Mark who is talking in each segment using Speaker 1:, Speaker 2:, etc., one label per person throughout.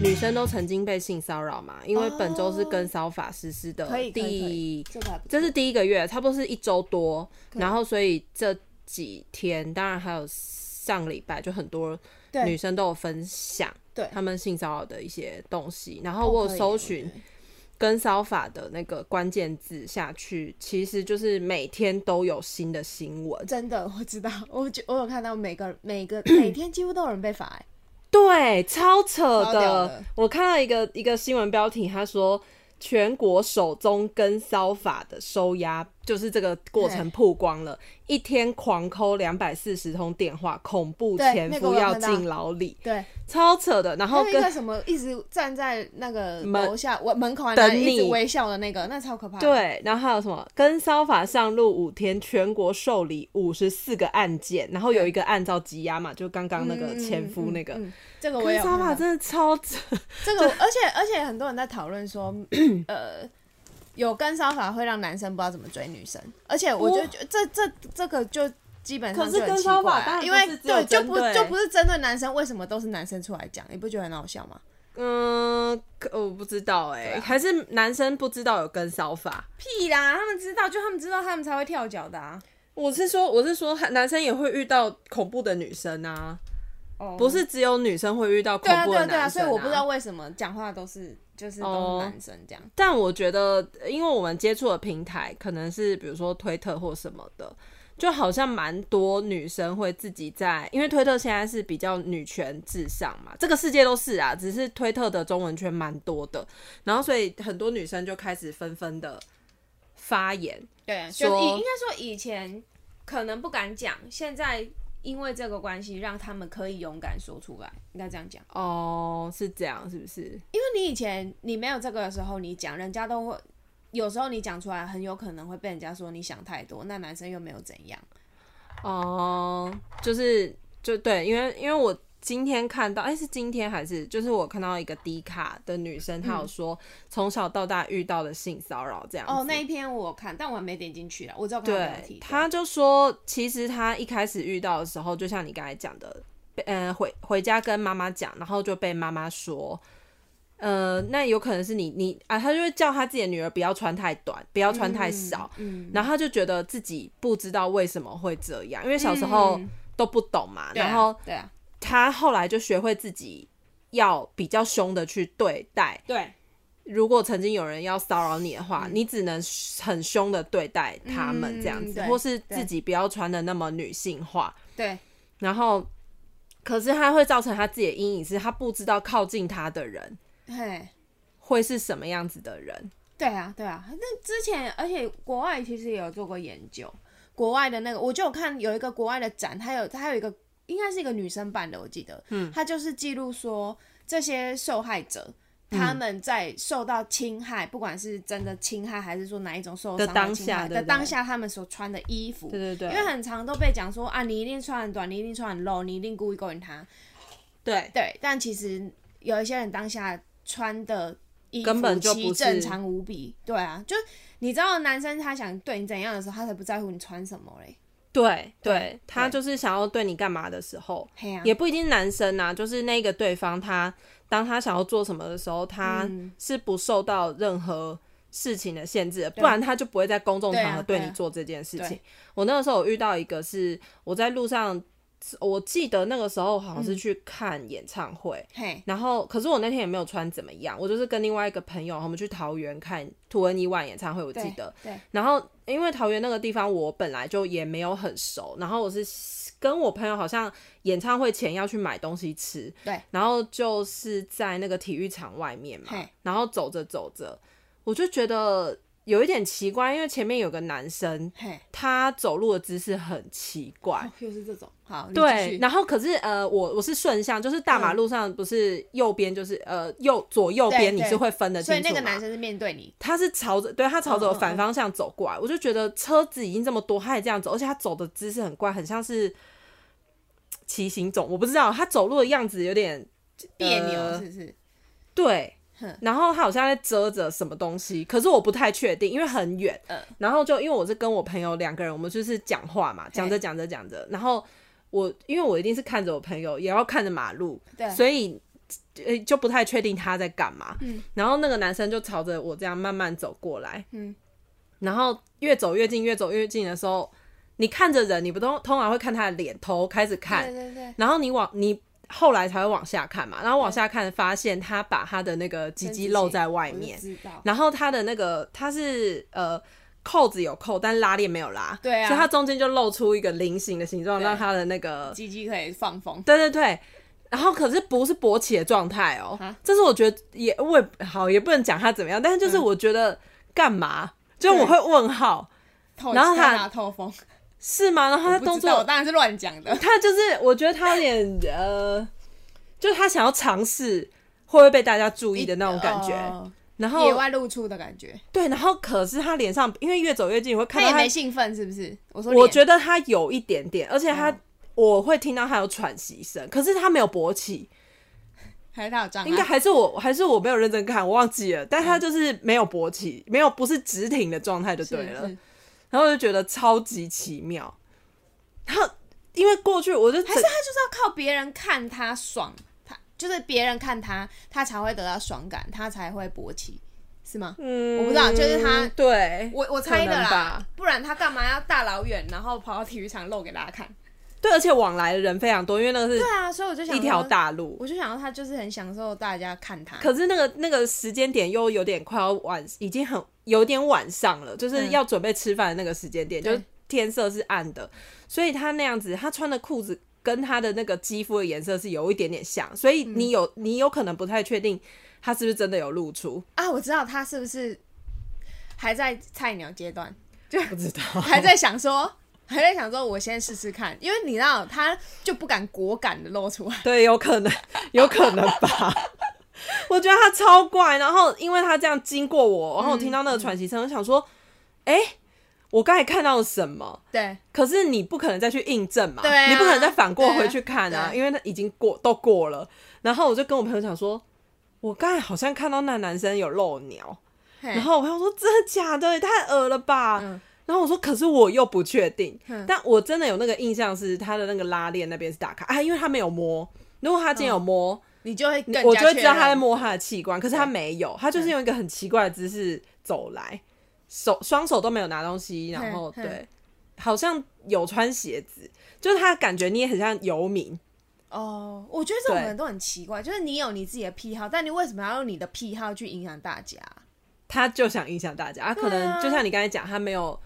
Speaker 1: 女生都曾经被性骚扰嘛，因为本周是跟骚法实施的
Speaker 2: 可以可以可以
Speaker 1: 第，
Speaker 2: 这个还不错
Speaker 1: 这是第一个月，差不多是一周多，然后所以这几天，当然还有上礼拜，就很多
Speaker 2: 对
Speaker 1: 女生都有分享
Speaker 2: 对
Speaker 1: 她们性骚扰的一些东西，然
Speaker 2: 哦
Speaker 1: 后我
Speaker 2: 可
Speaker 1: 有
Speaker 2: 以
Speaker 1: 搜
Speaker 2: 我
Speaker 1: 寻
Speaker 2: 觉得
Speaker 1: 跟骚法的那个关键字下去，其实就是每天都有新的新闻，
Speaker 2: 真的，我知道， 我觉我有看到每个 每个每天几乎都有人被罚、欸，
Speaker 1: 对，超扯
Speaker 2: 超
Speaker 1: 的。
Speaker 2: 屌的
Speaker 1: 我看到一个一个新闻标题，他说全国首宗跟骚法的收押，就是这个过程曝光了，
Speaker 2: 哎
Speaker 1: 一天狂扣两百四十通电话，恐怖
Speaker 2: 对
Speaker 1: 前
Speaker 2: 那个
Speaker 1: 夫
Speaker 2: 我有
Speaker 1: 要
Speaker 2: 看到
Speaker 1: 进牢里，
Speaker 2: 对，
Speaker 1: 超扯的。然
Speaker 2: 还
Speaker 1: 后
Speaker 2: 有一
Speaker 1: 跟
Speaker 2: 个什么一直站在那个
Speaker 1: 门
Speaker 2: 楼下我门口还
Speaker 1: 等
Speaker 2: 在一直
Speaker 1: 你
Speaker 2: 微笑的那个，那超可怕的。
Speaker 1: 对，然后还有什么跟骚法上路五天，全国受理五十四个案件，然后有一个按照羁押嘛，就刚刚那个
Speaker 2: 嗯
Speaker 1: 前夫那个。
Speaker 2: 嗯嗯嗯这个我
Speaker 1: 跟
Speaker 2: 也有
Speaker 1: 骚
Speaker 2: 看
Speaker 1: 法
Speaker 2: 到
Speaker 1: 真的超扯，
Speaker 2: 这个我，而且而且很多人在讨 论说，呃，有跟骚法会让男生不知道怎么追女生，而且我就
Speaker 1: 哦
Speaker 2: 觉得这这这个就基本上
Speaker 1: 可
Speaker 2: 就是很
Speaker 1: 跟
Speaker 2: 奇
Speaker 1: 骚
Speaker 2: 怪
Speaker 1: 法当然
Speaker 2: 啊，因
Speaker 1: 不
Speaker 2: 为
Speaker 1: 是只有
Speaker 2: 对就
Speaker 1: 针
Speaker 2: 不
Speaker 1: 对
Speaker 2: 就不是针对男生，为什么都是男生出来讲？你不觉得很好笑吗？
Speaker 1: 嗯，可我不知道哎、
Speaker 2: 啊
Speaker 1: 还是男生不知道有跟骚法。
Speaker 2: 屁啦，他们知道，就他们知道，他们才会跳脚的啊。
Speaker 1: 我是说，我是说，男生也会遇到恐怖的女生啊，
Speaker 2: 哦，
Speaker 1: 不是只有女生会遇到恐
Speaker 2: 对啊，
Speaker 1: 怖
Speaker 2: 对
Speaker 1: 的
Speaker 2: 啊，对啊，
Speaker 1: 男生、
Speaker 2: 所以我不知道。为什么讲话都是就是都
Speaker 1: 哦
Speaker 2: 是男生这样。
Speaker 1: 但我觉得，因为我们接触的平台可能是比如说推特或什么的，就好像蛮多女生会自己在，因为推特现在是比较女权至上嘛，这个世界都是啊，只是推特的中文圈蛮多的，然后所以很多女生就开始纷纷的发言，
Speaker 3: 对，就
Speaker 1: 说
Speaker 3: 以应该说以前可能不敢讲，现在因为这个关系，让他们可以勇敢说出来，应该这样讲。
Speaker 1: 哦，是这样，是不是？
Speaker 3: 因为你以前你没有这个的时候，你讲人家都会，有时候你讲出来，很有可能会被人家说你想太多，那男生又没有怎样。
Speaker 1: 哦，就是就对，因为因为我今天看到，哎、是今天还是就是我看到一个低卡的女生，她有说从小到大遇到的性骚扰这样
Speaker 3: 嗯
Speaker 1: 子。
Speaker 2: 嗯
Speaker 3: 哦，那一篇我有看，但我还没点进去啦，我只有看到标
Speaker 1: 对
Speaker 3: 题，。
Speaker 1: 她就说，其实她一开始遇到的时候，就像你刚才讲的，被呃，回回家跟妈妈讲，然后就被妈妈说。呃，那有可能是你你啊，她就会叫她自己的女儿不要穿太短，不要穿太少，
Speaker 3: 嗯，
Speaker 1: 然后他就觉得自己不知道为什么会这样，因为小时候
Speaker 3: 嗯
Speaker 1: 都不懂嘛。
Speaker 3: 对啊
Speaker 1: 然后
Speaker 3: 对啊，
Speaker 1: 他后来就学会自己要比较凶的去对待。
Speaker 3: 对，
Speaker 1: 如果曾经有人要骚扰你的话，你只能很凶的对待他
Speaker 3: 嗯
Speaker 1: 们这样子，
Speaker 3: 对
Speaker 1: 或是自己不要穿的那么女性化。
Speaker 3: 对，
Speaker 1: 然后，可是他会造成他自己的阴影，是他不知道靠近他的人
Speaker 3: 嘿，
Speaker 1: 会是什么样子的人。
Speaker 3: 对啊，对啊，那之前而且国外其实也有做过研究，国外的那个我就有看有一个国外的展，它有它有一个应该是一个女生办的，我记得，嗯，它就是记录说这些受害者。
Speaker 1: 嗯
Speaker 3: 他们在受到侵害，不管是真的侵害，还是说哪一种受伤
Speaker 1: 的
Speaker 3: 害
Speaker 1: 当
Speaker 3: 侵害
Speaker 1: 下
Speaker 3: 的
Speaker 1: 对不对
Speaker 3: 当下，他们所穿的衣服，
Speaker 1: 对对对，
Speaker 3: 因为很常都被讲说啊，你一定穿很短，你一定穿很露，你一定故意勾引他。
Speaker 1: 对
Speaker 3: 对，但其实有一些人当下穿的衣服
Speaker 1: 根本就
Speaker 3: 其
Speaker 1: 不是
Speaker 3: 正常无比。对啊，就你知道男生他想对你怎样的时候，他才不在乎你穿什么嘞。
Speaker 1: 对对，他
Speaker 3: 对
Speaker 1: 就是想要对你干嘛的时候，
Speaker 3: 嘿呀、啊，
Speaker 1: 也不一定男生呐、就是那个对方他当他想要做什么的时候，他
Speaker 3: 嗯
Speaker 1: 是不受到任何事情的限制的，不然他就不会在公众场
Speaker 3: 对啊
Speaker 1: 合
Speaker 3: 对
Speaker 1: 对
Speaker 3: 啊
Speaker 1: 你做这件事情
Speaker 3: 对。
Speaker 1: 我那个时候有遇到一个是我在路上，我记得那个时候好
Speaker 3: 嗯
Speaker 1: 像是去看演唱会。
Speaker 3: 嘿，
Speaker 1: 然后，可是我那天也没有穿怎么样，我就是跟另外一个朋友，我们去桃园看图文伊万演唱会，我记
Speaker 3: 对
Speaker 1: 得。
Speaker 3: 对，
Speaker 1: 然后因为桃园那个地方我本来就也没有很熟，然后我是跟我朋友好像演唱会前要去买东西吃，
Speaker 3: 对，
Speaker 1: 然后就是在那个体育场外面嘛
Speaker 3: 嘿，
Speaker 1: 然后走着走着，我就觉得有一点奇怪，因为前面有个男生，
Speaker 3: 嘿，
Speaker 1: 他走路的姿势很奇怪
Speaker 3: 哦。又是这种，好，你继
Speaker 1: 对，
Speaker 3: 续
Speaker 1: 然后可是呃，我我是顺向，就是大马路上不是右边就是、呃右左右
Speaker 3: 对
Speaker 1: 边你
Speaker 3: 对
Speaker 1: 是会分得清
Speaker 3: 所以
Speaker 1: 楚
Speaker 3: 那个
Speaker 1: 嘛
Speaker 3: 男生是面对你，
Speaker 1: 他是朝着对他朝
Speaker 2: 嗯
Speaker 1: 着我反方向走过来，我就觉得车子已经这么多，他也这样走，而且他走的姿势很怪，很像是嘖骑行种，我不知道他走路的样子有点
Speaker 3: 别扭
Speaker 1: 呃
Speaker 3: 是不是？
Speaker 1: 对，然后他好像在遮着什么东西，可是我不太确定，因为很远。
Speaker 2: 嗯
Speaker 1: 然后就因为我是跟我朋友两个人，我们就是讲话嘛，讲着讲着讲着，然后我因为我一定是看着我朋友，也要看着马路，
Speaker 2: 对
Speaker 1: 所以呃就不太确定他在干嘛。然后那个男生就朝着我这样慢慢走过来，
Speaker 2: 嗯
Speaker 1: 然后越走越近，越走越近的时候，你看着人，你不都通常会看他的脸，头开始看
Speaker 2: 对，对对，
Speaker 1: 然后你往你后来才会往下看嘛，然后往下看发现他把他的那个鸡鸡露在外面
Speaker 2: 我，就知道，
Speaker 1: 然后他的那个他是呃扣子有扣，但拉链没有拉，
Speaker 2: 对啊
Speaker 1: 所以它中间就露出一个菱形的形状，
Speaker 2: 对
Speaker 1: 让他的那个
Speaker 2: 鸡鸡可以放风，
Speaker 1: 对对对。然后可是不是勃起的状态哦
Speaker 2: 啊，
Speaker 1: 这是我觉得也我也好也不能讲他怎么样，但是就是
Speaker 2: 嗯
Speaker 1: 我觉得干嘛，就是我会问号
Speaker 2: 透
Speaker 1: 然后他
Speaker 2: 拿透风，
Speaker 1: 是吗？然后他
Speaker 2: 不知
Speaker 1: 动
Speaker 2: 道我
Speaker 1: 作
Speaker 2: 当然是乱讲的，
Speaker 1: 他就是，我觉得他有点 呃，就是他想要尝试会不会被大家注意的那种感觉。
Speaker 2: 哦
Speaker 1: 然
Speaker 2: 野
Speaker 1: 后
Speaker 2: 外露出的感觉。
Speaker 1: 对，然后可是他脸上，因为越走越近，你会
Speaker 2: 他
Speaker 1: 看到
Speaker 2: 也
Speaker 1: 他
Speaker 2: 没，兴奋，是不是？我说脸，
Speaker 1: 我觉得他有一点点，而且他、
Speaker 2: 哦
Speaker 1: 我会听到他有喘息声，可是他没有勃起，
Speaker 2: 还是他有障碍，
Speaker 1: 应该还是我还是我没有认真看，我忘记了，但他就是没有勃起，没有不是直挺的状态就是对了，
Speaker 2: 是
Speaker 1: 然后我就觉得超级奇妙，然后。因为过去我就
Speaker 2: 还
Speaker 1: 整
Speaker 2: 是他就是要靠别人看他爽，他就是别人看他，他才会得到爽感，他才会勃起，是吗？
Speaker 1: 嗯
Speaker 2: 我不知道就是他
Speaker 1: 对
Speaker 2: 我我猜的
Speaker 1: 可能
Speaker 2: 啦
Speaker 1: 吧，
Speaker 2: 不然他干嘛要大老远然后跑到体育场露给大家看？
Speaker 1: 对，而且往来的人非常多，因为那个
Speaker 2: 对
Speaker 1: 是
Speaker 2: 啊，所以我就想
Speaker 1: 一条
Speaker 2: 说，
Speaker 1: 大路。
Speaker 2: 我就想到他就是很享受大家看他，
Speaker 1: 可是那个那个时间点又有点快要晚，已经很有点晚上了，就是
Speaker 2: 嗯
Speaker 1: 要准备吃饭的那个时间点，就
Speaker 2: 对
Speaker 1: 是天色是暗的，所以他那样子，他穿的裤子跟他的那个肌肤的颜色是有一点点像，所
Speaker 2: 嗯
Speaker 1: 以你有、你有可能不太确定他是不是真的有露出，
Speaker 2: 啊，我知道他是不是还在菜鸟阶段，
Speaker 1: 不知道。
Speaker 2: 还在想说。还在想说，我先试试看，因为你知道，他就不敢果敢的露出来，
Speaker 1: 对，有可能，有可能吧。我觉得他超怪，然后因为他这样经过我，然后我听到
Speaker 2: 嗯
Speaker 1: 那个喘息声，我想说，哎、我刚才看到了什么？
Speaker 2: 对，
Speaker 1: 可是你不可能再去印证嘛，
Speaker 2: 对啊
Speaker 1: 你不可能再反过回去看
Speaker 2: 对啊
Speaker 1: 啊，
Speaker 2: 对
Speaker 1: 因为那已经过都过了。然后我就跟我朋友讲说，我刚才好像看到那男生有露鸟，
Speaker 2: 然
Speaker 1: 然后我朋友说真的假的，也太恶了吧。
Speaker 2: 嗯
Speaker 1: 然后我说，可是我又不确定，
Speaker 2: 嗯
Speaker 1: 但我真的有那个印象是他的那个拉链那边是打开，啊，因为他没有摸。如果他今天有摸，
Speaker 2: 你就会哦更加
Speaker 1: 我就会
Speaker 2: 确
Speaker 1: 知道他在
Speaker 2: 认嗯
Speaker 1: 摸他的器官，可是他没有，他就是用一个很奇怪的姿势走来，手双手都没有拿东西，然后
Speaker 2: 嗯
Speaker 1: 对，好像有穿鞋子，就是他感觉你也很像游民，
Speaker 2: 哦。我觉得这种
Speaker 1: 对
Speaker 2: 人都很奇怪，就是你有你自己的癖好，但你为什么要用你的癖好去影响大家？
Speaker 1: 他就想影响大家，他可
Speaker 2: 对啊
Speaker 1: 能就像你刚才讲，他没有，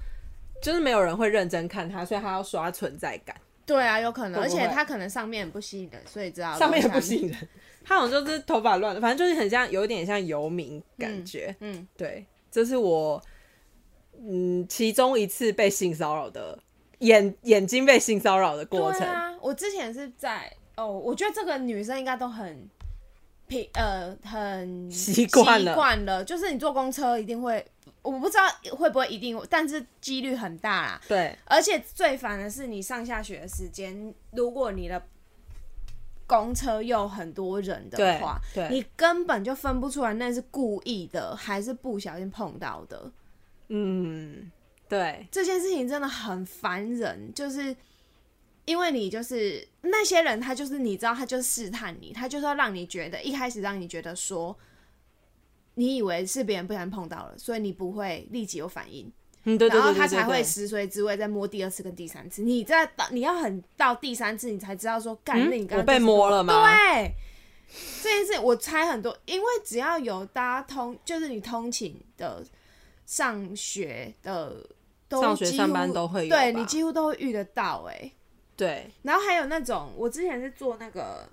Speaker 1: 就是没有人会认真看他，所以他要刷存在感，
Speaker 2: 对啊，有可能，
Speaker 1: 会
Speaker 2: 而
Speaker 1: 不会
Speaker 2: 且他可能上面不吸引人，所以知道
Speaker 1: 上面也不
Speaker 2: 引。
Speaker 1: 信人，他好像就是头发乱，反正就是很像，有一点像游民感觉，
Speaker 2: 嗯，
Speaker 1: 对，这是我嗯其中一次被性骚扰的眼眼睛被性骚扰的过程。
Speaker 2: 对啊，我之前是在哦，我觉得这个女生应该都很平呃很
Speaker 1: 习惯了
Speaker 2: 习惯了，就是你坐公车一定会，我不知道会不会一定，但是几率很大啦。
Speaker 1: 对
Speaker 2: 而且最烦的是，你上下学的时间，如果你的公车又很多人的
Speaker 1: 对
Speaker 2: 话，
Speaker 1: 对
Speaker 2: 你根本就分不出来那是故意的还是不小心碰到的。
Speaker 1: 嗯，对
Speaker 2: 这件事情真的很烦人，就是因为你就是那些人，他就是你知道，他就是试探你，他就是要让你觉得一开始让你觉得说，你以为是别人不小心碰到了，所以你不会立即有反应。
Speaker 1: 嗯，对对对
Speaker 2: 然后
Speaker 1: 对
Speaker 2: 他
Speaker 1: 对
Speaker 2: 才会
Speaker 1: 对
Speaker 2: 食髓知味，再摸第二次跟第三次。你在到你要很到第三次，你才知道说，干、
Speaker 1: 嗯
Speaker 2: 那你刚刚
Speaker 1: 我被
Speaker 2: 就是
Speaker 1: 摸了吗
Speaker 2: 对，这件事我猜很多，因为只要有搭通，就是你通勤的、上学的，都
Speaker 1: 上学
Speaker 2: 几乎
Speaker 1: 上班都会有
Speaker 2: 对
Speaker 1: 吧
Speaker 2: 你几乎都会遇得到、哎，
Speaker 1: 对
Speaker 2: 然后还有那种，我之前是坐那个，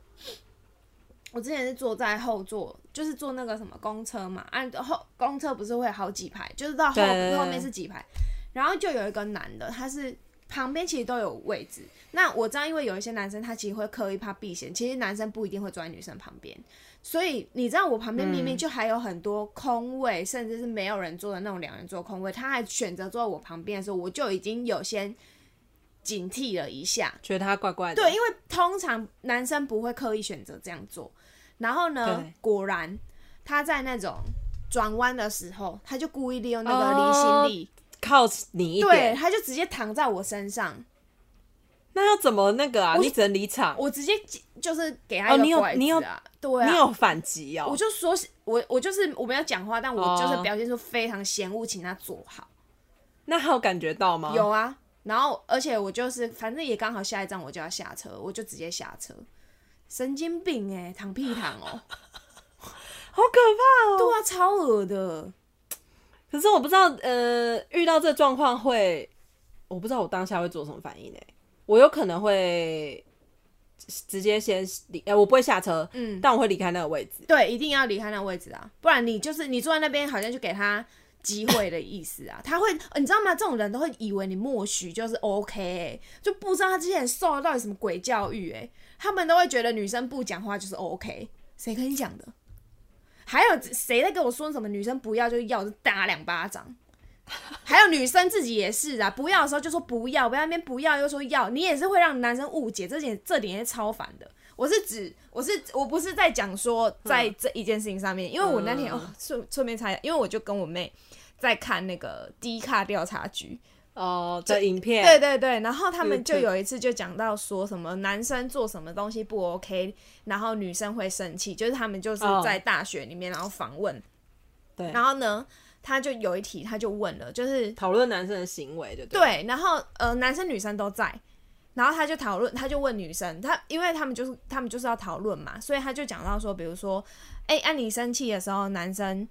Speaker 2: 我之前是坐在后座，就是坐那个什么公车嘛，按、后公车不是会有好几排，就是到后
Speaker 1: 对对对
Speaker 2: 后面是几排，然后就有一个男的，他是旁边其实都有位置。那我知道，因为有一些男生他其实会刻意怕避嫌，其实男生不一定会坐在女生旁边，所以你知道我旁边明
Speaker 1: 嗯
Speaker 2: 明就还有很多空位，甚至是没有人坐的那种两人座空位，他还选择坐在我旁边的时候，我就已经有先警惕了一下。
Speaker 1: 觉得他怪怪的。
Speaker 2: 对，因为通常男生不会刻意选择这样做。然后呢
Speaker 1: 对，
Speaker 2: 果然他在那种转弯的时候，他就故意利用那个离心
Speaker 1: 哦
Speaker 2: 力，
Speaker 1: 靠你一
Speaker 2: 对，
Speaker 1: 点，
Speaker 2: 他就直接躺在我身上，
Speaker 1: 那要怎么那个啊？你只能离场，
Speaker 2: 我直接就是给他
Speaker 1: 哦
Speaker 2: 一
Speaker 1: 你
Speaker 2: 个
Speaker 1: 有
Speaker 2: 拐
Speaker 1: 你有
Speaker 2: 子啊，对啊，
Speaker 1: 你有反击哦
Speaker 2: 我。就说是，我我就是我没有讲话，但我就是
Speaker 1: 哦
Speaker 2: 表现出非常嫌恶，请他坐好。
Speaker 1: 那他有感觉到吗？
Speaker 2: 有啊，然后而且我就是，反正也刚好下一站我就要下车，我就直接下车。神经病哎、躺屁躺 哦、
Speaker 1: 好可怕哦！
Speaker 2: 对啊，超恶的。
Speaker 1: 可是我不知道，呃，遇到这状况会，我不知道我当下会做什么反应呢、我有可能会直接先离，呃，我不会下车，嗯，但我会离开那个位置。
Speaker 2: 对，一定要离开那个位置啊，不然你就是你坐在那边，好像就给他机会的意思啊。他会，呃你知道吗？这种人都会以为你默许就是 OK，、欸、就不知道他之前受了到底什么鬼教育哎、他们都会觉得女生不讲话就是哦 OK，谁跟你讲的？还有谁在跟我说什么女生不要就要，就打两巴掌。 还有女生自己也是啊，不要的时候就说不要，不要那边不要又说要，你也是会让男生误解，这点这点也是超烦的。我是指，我是我不是在讲说在这一件事情上面，因为我那天、哦顺顺便插一下，因为我就跟我妹在看那个低卡调查局，
Speaker 1: 哦、的影片，
Speaker 2: 对对对，然后他们就
Speaker 1: YouTube
Speaker 2: 有一次就讲到说什么男生做什么东西不 OK，然后女生会生气，就是他们就是
Speaker 1: 哦
Speaker 2: 在大学里面然后访问，
Speaker 1: 对
Speaker 2: 然后呢，他就有一题他就问了，就是
Speaker 1: 讨论男生的行为，对不对？
Speaker 2: 对，然后呃，男生女生都在，然后他就讨论，他就问女生，他因为他们就是他们就是要讨论嘛，所以他就讲到说，比如说，哎、按、你生气的时候，男生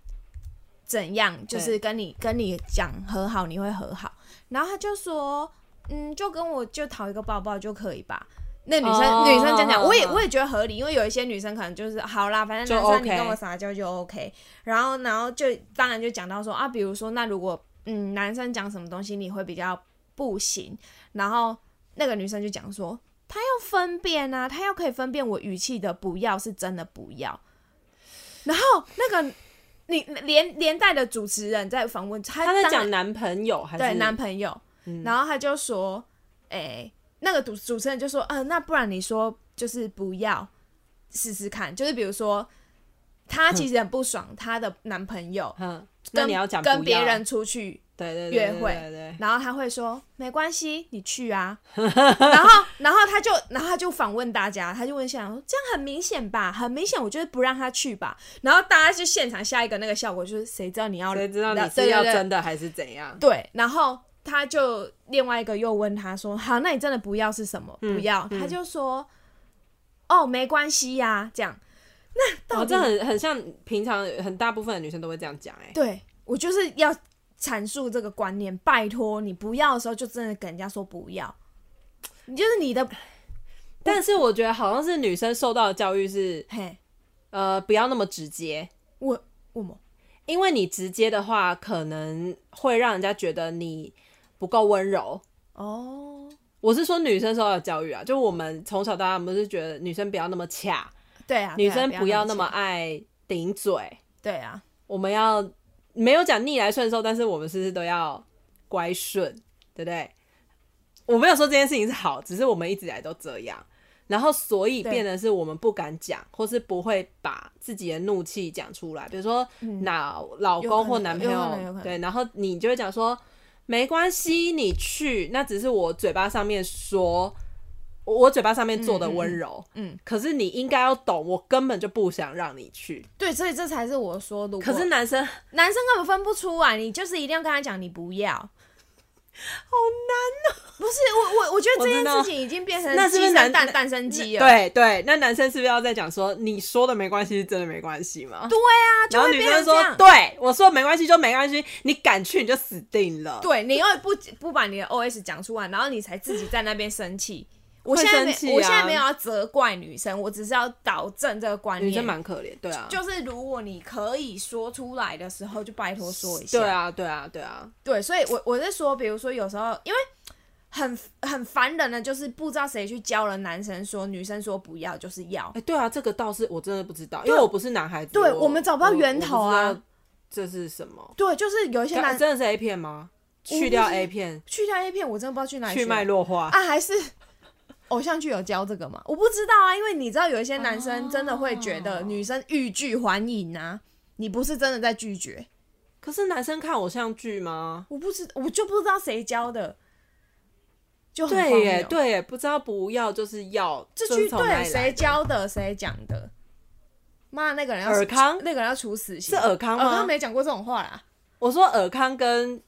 Speaker 2: 怎样，就是
Speaker 1: 对
Speaker 2: 跟你跟你讲和好，你会和好，然后他就说，嗯，就跟我就讨一个抱抱就可以吧。那女生、
Speaker 1: 哦
Speaker 2: 女生这样讲，
Speaker 1: 哦
Speaker 2: 我也
Speaker 1: 哦
Speaker 2: 我也觉得合理，因为有一些女生可能就是好啦，反正
Speaker 1: 就
Speaker 2: 男生你
Speaker 1: OK
Speaker 2: 跟我撒娇就 OK，然后，然后就当然就讲到说啊，比如说，那如果嗯男生讲什么东西你会比较不行，然后那个女生就讲说，她要分辨啊，她要可以分辨我语气的不要是真的不要，然后那个你连连带的主持人在访问他
Speaker 1: 他在
Speaker 2: 当然
Speaker 1: 讲男朋友还是嗯
Speaker 2: 对男朋友，然后他就说，哎、那个主主持人就说，嗯、那不然你说就是不要试试看，就是比如说，她其实很不爽她的男朋友
Speaker 1: 嗯，那
Speaker 2: 跟
Speaker 1: 你要讲
Speaker 2: 跟
Speaker 1: 不
Speaker 2: 别
Speaker 1: 要
Speaker 2: 人出去，
Speaker 1: 对对对
Speaker 2: 约会
Speaker 1: 对对对
Speaker 2: 然后他会说没关系，你 去啊，然后然后他就然后他就访问大家，他就问现场说这样很明显吧，很明显，我就是不让他去吧，然后大家就现场下一个那个效果就是谁知道你要
Speaker 1: 谁知道你
Speaker 2: 对
Speaker 1: 是
Speaker 2: 对
Speaker 1: 要
Speaker 2: 对
Speaker 1: 真的还是怎样？
Speaker 2: 对，然后他就另外一个又问他说：“好，那你真的不要是什么？
Speaker 1: 嗯
Speaker 2: 不要？”他就说：“哦，没关系呀、这样。”那到
Speaker 1: 哦，
Speaker 2: 底、
Speaker 1: 这很很像平常很大部分的女生都会这样讲哎、
Speaker 2: 对我就是要阐述这个观念。拜托，你不要的时候就真的跟人家说不要，你就是你的
Speaker 1: 但是我觉得好像是女生受到的教育是
Speaker 2: 嘿，
Speaker 1: 呃不要那么直接，
Speaker 2: 我我们
Speaker 1: 因为你直接的话可能会让人家觉得你不够温柔。
Speaker 2: 哦，
Speaker 1: 我是说女生受到的教育啊，就我们从小到大，我们是觉得女生不要那么恰，
Speaker 2: 对啊，
Speaker 1: 女
Speaker 2: 对啊
Speaker 1: 生不要那么
Speaker 2: 气
Speaker 1: 爱顶嘴，
Speaker 2: 对啊，
Speaker 1: 我们要没有讲逆来顺受，但是我们是不是都要乖顺，对不对？我没有说这件事情是好，只是我们一直以来都这样，然后所以
Speaker 2: 对
Speaker 1: 变得是我们不敢讲，或是不会把自己的怒气讲出来。比如说，老、老
Speaker 2: 有可
Speaker 1: 公
Speaker 2: 能
Speaker 1: 或男朋
Speaker 2: 嗯有可能有可
Speaker 1: 友，
Speaker 2: 能
Speaker 1: 对，然后你就会讲说没关系，你去，那只是我嘴巴上面说。我我嘴巴上面做的温柔
Speaker 2: 嗯嗯嗯
Speaker 1: 可是你应该要懂，我根本就不想让你去。
Speaker 2: 对，所以这才是我说的。
Speaker 1: 可是男生
Speaker 2: 男生根本分不出来，你就是一定要跟他讲你不要，好难哦、不是我我我觉得这件事情已经变成
Speaker 1: 那是不
Speaker 2: 鸡
Speaker 1: 是
Speaker 2: 生
Speaker 1: 男
Speaker 2: 蛋蛋生鸡了，
Speaker 1: 对对，那男生是不是要再讲说你说的没关系是真的没关系吗？
Speaker 2: 对啊，就
Speaker 1: 然后
Speaker 2: 会
Speaker 1: 女
Speaker 2: 变
Speaker 1: 生
Speaker 2: 成这
Speaker 1: 说
Speaker 2: 样。
Speaker 1: 对，我说没关系就没关系，你敢去你就死定了。，
Speaker 2: 对，你又不不把你的 OS 讲出来，然后你才自己在那边生气。我
Speaker 1: 会
Speaker 2: 现在没、
Speaker 1: 生气啊
Speaker 2: 我现在没有要责怪女生，我只是要导正这个观
Speaker 1: 女
Speaker 2: 念。
Speaker 1: 生蛮可怜，对啊，
Speaker 2: 就是如果你可以说出来的时候，就拜托说一下。
Speaker 1: 对啊，对啊，对啊，
Speaker 2: 对，所以我我是说，比如说有时候因为很很烦人的，就是不知道谁去教了男生说女生说不要就是要
Speaker 1: 哎、，对啊，这个倒是我真的不知道，因为我不是男孩子，
Speaker 2: 对
Speaker 1: 我
Speaker 2: 我们找不到源头啊，
Speaker 1: 我不知道这是什么？
Speaker 2: 对，就是有一些男
Speaker 1: 真的是 A 片吗？去掉 A 片，
Speaker 2: 去掉 A 片，我真的不知道去哪里
Speaker 1: 去脉
Speaker 2: 了
Speaker 1: 络化。
Speaker 2: 哎啊，还是偶像剧有教这个
Speaker 1: 哦
Speaker 2: 吗？我不知道啊，因为你知道有一些男生真的会觉得女生欲拒还迎啊，你不是真的在拒绝。
Speaker 1: 可是男生看偶像剧吗？
Speaker 2: 我不知，我就不知道谁教的，就哦很荒
Speaker 1: 对耶
Speaker 2: 谬，
Speaker 1: 对耶，不知道不要就是要，
Speaker 2: 这
Speaker 1: 遵
Speaker 2: 句
Speaker 1: 从哪
Speaker 2: 对
Speaker 1: 里来
Speaker 2: 谁
Speaker 1: 的？
Speaker 2: 教的，谁讲的？妈，那个人要
Speaker 1: 尔康
Speaker 2: 那个人要处死
Speaker 1: 是
Speaker 2: 刑。
Speaker 1: 尔康
Speaker 2: 尔
Speaker 1: 吗
Speaker 2: 康？没讲过这种话啦，
Speaker 1: 我说尔康跟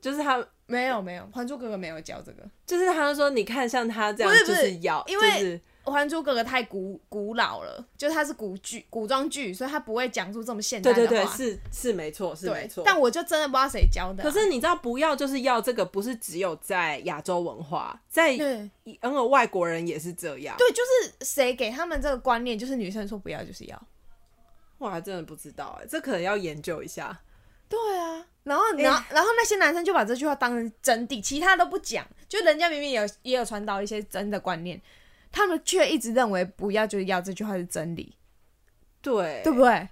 Speaker 1: 就是他，
Speaker 2: 没有没有，《还珠格格》没有教这个，
Speaker 1: 就是他说你看像他这样
Speaker 2: 不是不
Speaker 1: 就是是要，
Speaker 2: 因为
Speaker 1: 就是
Speaker 2: 《还珠格格》太古古老了，就是它是古剧古装剧，所以它不会讲出这么现代
Speaker 1: 对
Speaker 2: 的
Speaker 1: 对
Speaker 2: 话。
Speaker 1: 对，是是没错，是
Speaker 2: 对
Speaker 1: 没错。
Speaker 2: 但我就真的不知道谁教的啊、
Speaker 1: 可是你知道，不要就是要这个，不是只有在亚洲文化，在
Speaker 2: 对
Speaker 1: 因为外国人也是这样。
Speaker 2: 对，就是谁给他们这个观念，就是女生说不要就是要。
Speaker 1: 我还真的不知道哎、这可能要研究一下。
Speaker 2: 对啊，然后然后、然后那些男生就把这句话当成真谛，其他都不讲。就人家明明也有也有传导一些真的观念，他们却一直认为不要就是要这句话是真理，
Speaker 1: 对，
Speaker 2: 对不对？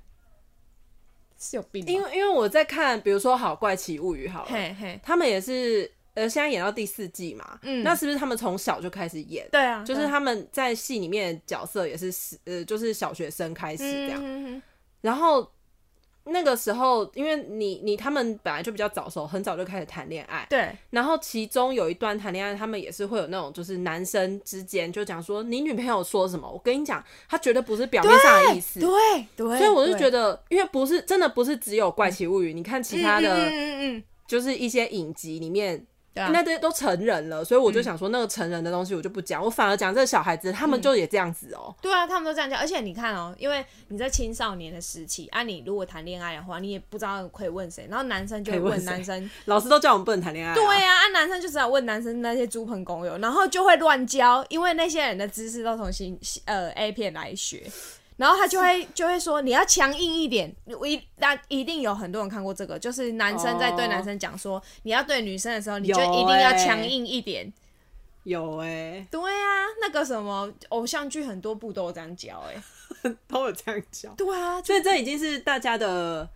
Speaker 2: 是有病吧，
Speaker 1: 因为因为我在看，比如说《好怪奇物语》好了，
Speaker 2: 嘿嘿，
Speaker 1: 他们也是呃，现在演到第四季嘛，
Speaker 2: 嗯
Speaker 1: 那是不是他们从小就开始演？
Speaker 2: 对啊，
Speaker 1: 就是
Speaker 2: 对啊
Speaker 1: 他们在戏里面的角色也是是呃，就是小学生开始这样。
Speaker 2: 嗯嗯嗯
Speaker 1: 然后那个时候，因为你你他们本来就比较早熟，很早就开始谈恋爱，
Speaker 2: 对，
Speaker 1: 然后其中有一段谈恋爱，他们也是会有那种，就是男生之间就讲说，你女朋友说什么？我跟你讲，她绝对不是表面上的意思。
Speaker 2: 对对，
Speaker 1: 所以我就
Speaker 2: 对
Speaker 1: 觉得，因为不是真的不是只有怪奇物语，你看其他
Speaker 2: 嗯嗯
Speaker 1: 的，
Speaker 2: 嗯嗯嗯，
Speaker 1: 就是一些影集里面，
Speaker 2: 对啊
Speaker 1: 那些都成人了，所以我
Speaker 2: 嗯
Speaker 1: 就想说，那个成人的东西我就不讲，我反而讲这个小孩子，他们就也这样子哦、
Speaker 2: 对啊，他们都这样讲。而且你看哦，因为你在青少年的时期啊，你如果谈恋爱的话，你也不知道可以问谁，然后男生就会
Speaker 1: 可以问
Speaker 2: 问
Speaker 1: 谁
Speaker 2: 男生，
Speaker 1: 老师都叫我们不能谈恋爱、
Speaker 2: 对，呀、啊，男生就只好问男生那些猪朋狗友，然后就会乱交，因为那些人的知识都从新呃 A 片来学，然后他就会就会说你要强硬一点，我一那一定有很多人看过这个，就是男生在对男生讲说、你要对女生的时候，你就
Speaker 1: 有
Speaker 2: 一定要
Speaker 1: 欸
Speaker 2: 强硬一点。
Speaker 1: 有哎、
Speaker 2: 对啊，那个什么偶像剧很多部都有这样教哎、
Speaker 1: 都有这样讲，
Speaker 2: 对啊，就
Speaker 1: 所以这已经是大家的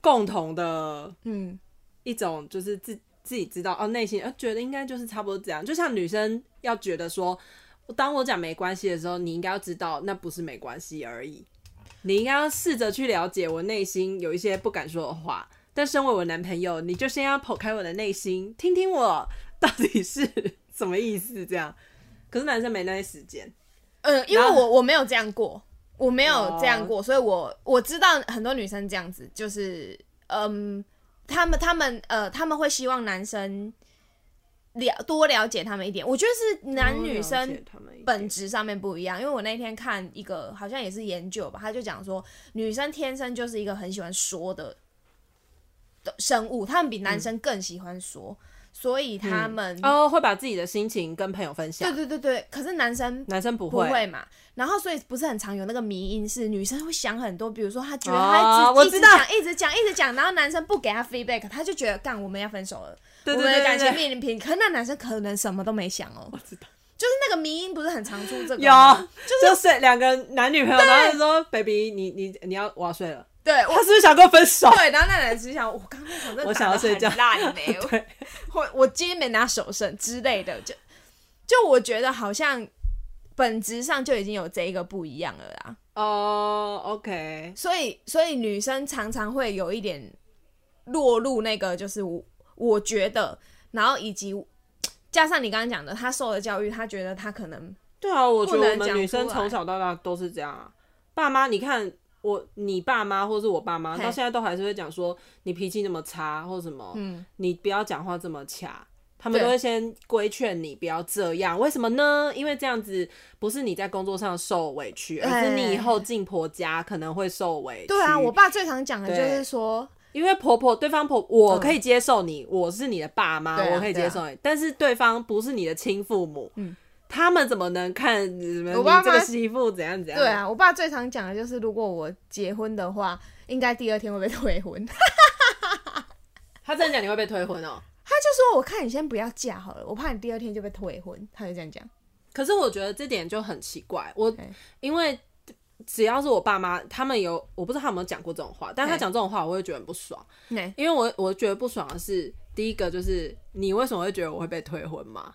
Speaker 1: 共同的
Speaker 2: 嗯。
Speaker 1: 一种就是自自己知道哦，内心呃觉得应该就是差不多这样。就像女生要觉得说，当我讲没关系的时候，你应该要知道那不是没关系而已，你应该要试着去了解我内心有一些不敢说的话。但身为我男朋友，你就先要剖开我的内心，听听我到底是什么意思这样。可是男生没那些时间，
Speaker 2: 嗯，因为
Speaker 1: 然后哦
Speaker 2: 我我没有这样过，我没有这样过，所以我我知道很多女生这样子，就是嗯，他们他们呃，他们会希望男生了多了解他们一点。我觉得是男女
Speaker 1: 我了
Speaker 2: 生
Speaker 1: 解他们一点
Speaker 2: 本质上面不一样，因为我那天看一个好像也是研究吧，他就讲说女生天生就是一个很喜欢说的的生物，他们比
Speaker 1: 嗯
Speaker 2: 男生更喜欢说，所以他们、
Speaker 1: 哦，会把自己的心情跟朋友分享
Speaker 2: 对。对对对，可是男生
Speaker 1: 男生不
Speaker 2: 不
Speaker 1: 会，
Speaker 2: 会嘛。然后所以不是很常有那个迷因是女生会想很多，比如说她觉得
Speaker 1: 哦
Speaker 2: 她
Speaker 1: 我
Speaker 2: 一直、
Speaker 1: 知
Speaker 2: 一直
Speaker 1: 道
Speaker 2: 讲一直讲一直讲，然后男生不给她 feedback，她就觉得干我们要分手了，
Speaker 1: 对对
Speaker 2: 我们
Speaker 1: 对
Speaker 2: 的感
Speaker 1: 对
Speaker 2: 情面临瓶颈。可那男生可能什么都没想哦，
Speaker 1: 知道
Speaker 2: 就是那个迷因不是很常出这个
Speaker 1: 有
Speaker 2: 吗，
Speaker 1: 就是两个男女朋友，然后就说 baby，你你你要我要睡了，
Speaker 2: 对
Speaker 1: 他
Speaker 2: 我
Speaker 1: 是不是想跟我分手？
Speaker 2: 对，然后那男生就想我刚刚那场真的
Speaker 1: 我想要
Speaker 2: 打得
Speaker 1: 睡觉
Speaker 2: 很烂呢、我
Speaker 1: 对，
Speaker 2: 或 我今天没拿手胜之类的，就就我觉得好像本质上就已经有这一个不一样了啦。
Speaker 1: 哦，OK，
Speaker 2: 所以，所以女生常常会有一点落入那个，就是我我觉得，然后以及加上你刚刚讲的，她受的教育，她觉得她可能
Speaker 1: 对啊，我觉
Speaker 2: 不
Speaker 1: 得
Speaker 2: 能
Speaker 1: 我们
Speaker 2: 讲
Speaker 1: 女生
Speaker 2: 出来
Speaker 1: 从小到大都是这样啊。爸妈，你看我，你爸妈或是我爸妈，
Speaker 2: 嘿
Speaker 1: 到现在都还是会讲说你脾气那么差，或什么，
Speaker 2: 嗯
Speaker 1: 你不要讲话这么卡。他们
Speaker 2: 对
Speaker 1: 都会先规劝你不要这样，为什么呢？因为这样子不是你在工作上受委屈，而是你以后进婆家可能会受委屈。
Speaker 2: 哎对啊。我爸最常讲的就
Speaker 1: 对
Speaker 2: 是说，
Speaker 1: 因为婆婆对方婆，我可以接受你，我是你的爸妈，
Speaker 2: 对啊
Speaker 1: 我可以接受你，但是对方不是你的亲父母，
Speaker 2: 嗯
Speaker 1: 他们怎么能看什么
Speaker 2: 我爸妈
Speaker 1: 你这个媳妇怎样怎样？
Speaker 2: 对，啊，我爸最常讲的就是，如果我结婚的话，应该第二天会被退婚。他
Speaker 1: 他真的讲你会被退婚哦。
Speaker 2: 就说，我看你先不要嫁好了，我怕你第二天就被退婚。他就这样讲，
Speaker 1: 可是我觉得这点就很奇怪，我
Speaker 2: 对
Speaker 1: 因为只要是我爸妈，他们有我不知道他有没有讲过这种话，但他
Speaker 2: 对
Speaker 1: 讲这种话，我会觉得很不爽，
Speaker 2: 对
Speaker 1: 因为我我觉得不爽的是第一个就是你为什么会觉得我会被退婚嘛？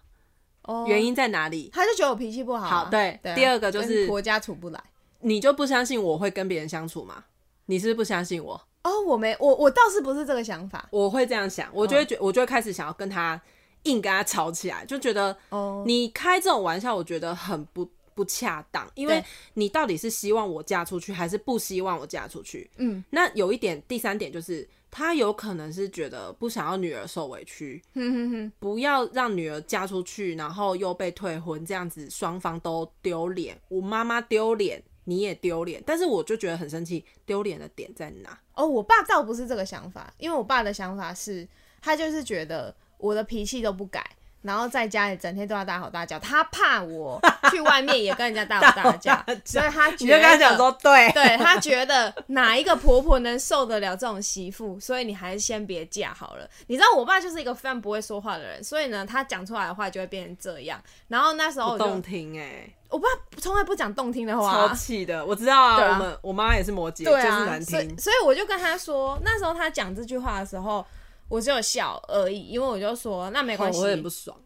Speaker 2: 哦
Speaker 1: 原因在哪里？
Speaker 2: 他就觉得我脾气不好啊、
Speaker 1: 好对
Speaker 2: 对啊
Speaker 1: 第二个就是
Speaker 2: 跟婆家处不来。
Speaker 1: 你就不相信我会跟别人相处吗？你是不是不相信我？
Speaker 2: 哦，我没，我我倒是不是这个想法。
Speaker 1: 我会这样想，我就会觉，我就会开始想要跟他硬跟他吵起来，就觉得
Speaker 2: 哦，
Speaker 1: 你开这种玩笑，我觉得很不不恰当，因为
Speaker 2: 对
Speaker 1: 你到底是希望我嫁出去，还是不希望我嫁出去？
Speaker 2: 嗯，
Speaker 1: 那有一点，第三点就是他有可能是觉得不想要女儿受委屈，
Speaker 2: 哼哼哼，
Speaker 1: 不要让女儿嫁出去，然后又被退婚，这样子双方都丢脸，我妈妈丢脸，你也丢脸。但是我就觉得很生气，丢脸的点在哪？
Speaker 2: 哦，我爸倒不是这个想法，因为我爸的想法是，他就是觉得我的脾气都不改，然后在家里整天都要大吼大叫，他怕我去外面也跟人家大吼大叫，
Speaker 1: 大吼大叫
Speaker 2: 所以他觉
Speaker 1: 你
Speaker 2: 得
Speaker 1: 就跟他讲说，对，
Speaker 2: 对他觉得哪一个婆婆能受得了这种媳妇，所以你还是先别嫁好了。你知道我爸就是一个非常不会说话的人，所以呢，他讲出来的话就会变成这样。然后那时候
Speaker 1: 不
Speaker 2: 我就
Speaker 1: 动听哎、
Speaker 2: 我爸从来不讲动听的话
Speaker 1: 超
Speaker 2: 啊，
Speaker 1: 气的，我知道啊，
Speaker 2: 对啊
Speaker 1: 我们我妈也是摩羯，
Speaker 2: 对
Speaker 1: 就是
Speaker 2: 啊，
Speaker 1: 难
Speaker 2: 所
Speaker 1: 听
Speaker 2: 以。所以我就跟他说，那时候他讲这句话的时候，我只有笑而已，因为我就说那没
Speaker 1: 哦
Speaker 2: 关系，
Speaker 1: 我很不爽，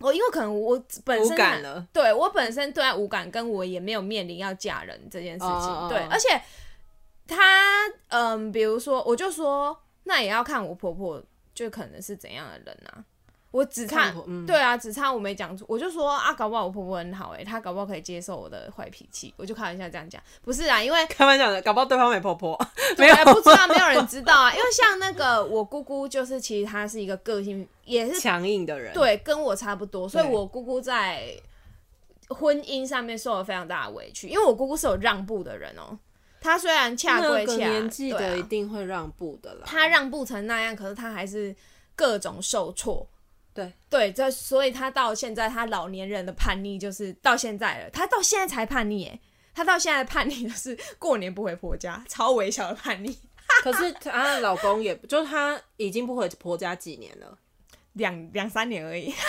Speaker 2: 我因为可能我本身
Speaker 1: 无感了，
Speaker 2: 对我本身对他无感，跟我也没有面临要嫁人这件事情，
Speaker 1: 哦哦哦
Speaker 2: 对，而且他嗯，比如说我就说，那也要看我婆婆就可能是怎样的人啊，我只
Speaker 1: 看
Speaker 2: 看
Speaker 1: 婆嗯
Speaker 2: 对啊，只差我没讲出，我就说啊，搞不好我婆婆很好哎、她搞不好可以接受我的坏脾气，我就开玩笑这样讲，不是啊，因为
Speaker 1: 开玩笑的，搞不好对方没婆婆，没
Speaker 2: 对啊
Speaker 1: 有
Speaker 2: 不知道，没有人知道啊，因为像那个我姑姑，就是其实她是一个个性也 是
Speaker 1: 强硬的人，，
Speaker 2: 对跟我差不多，所以
Speaker 1: 对
Speaker 2: 我姑姑在婚姻上面受了非常大的委屈，因为我姑姑是有让步的人哦、她虽然恰
Speaker 1: 那
Speaker 2: 归
Speaker 1: 个
Speaker 2: 恰，
Speaker 1: 年纪的
Speaker 2: 对
Speaker 1: 一
Speaker 2: 啊，
Speaker 1: 定会让步的啦。
Speaker 2: 她让步成那样，可是她还是各种受挫。
Speaker 1: 对
Speaker 2: 对，这所以她到现在，她老年人的叛逆就是到现在了，她到现在才叛逆耶、她到现在叛逆就是过年不回婆家，超微小的叛逆。
Speaker 1: 可是她老公也，就是她已经不回婆家几年了，
Speaker 2: 两两三年而已。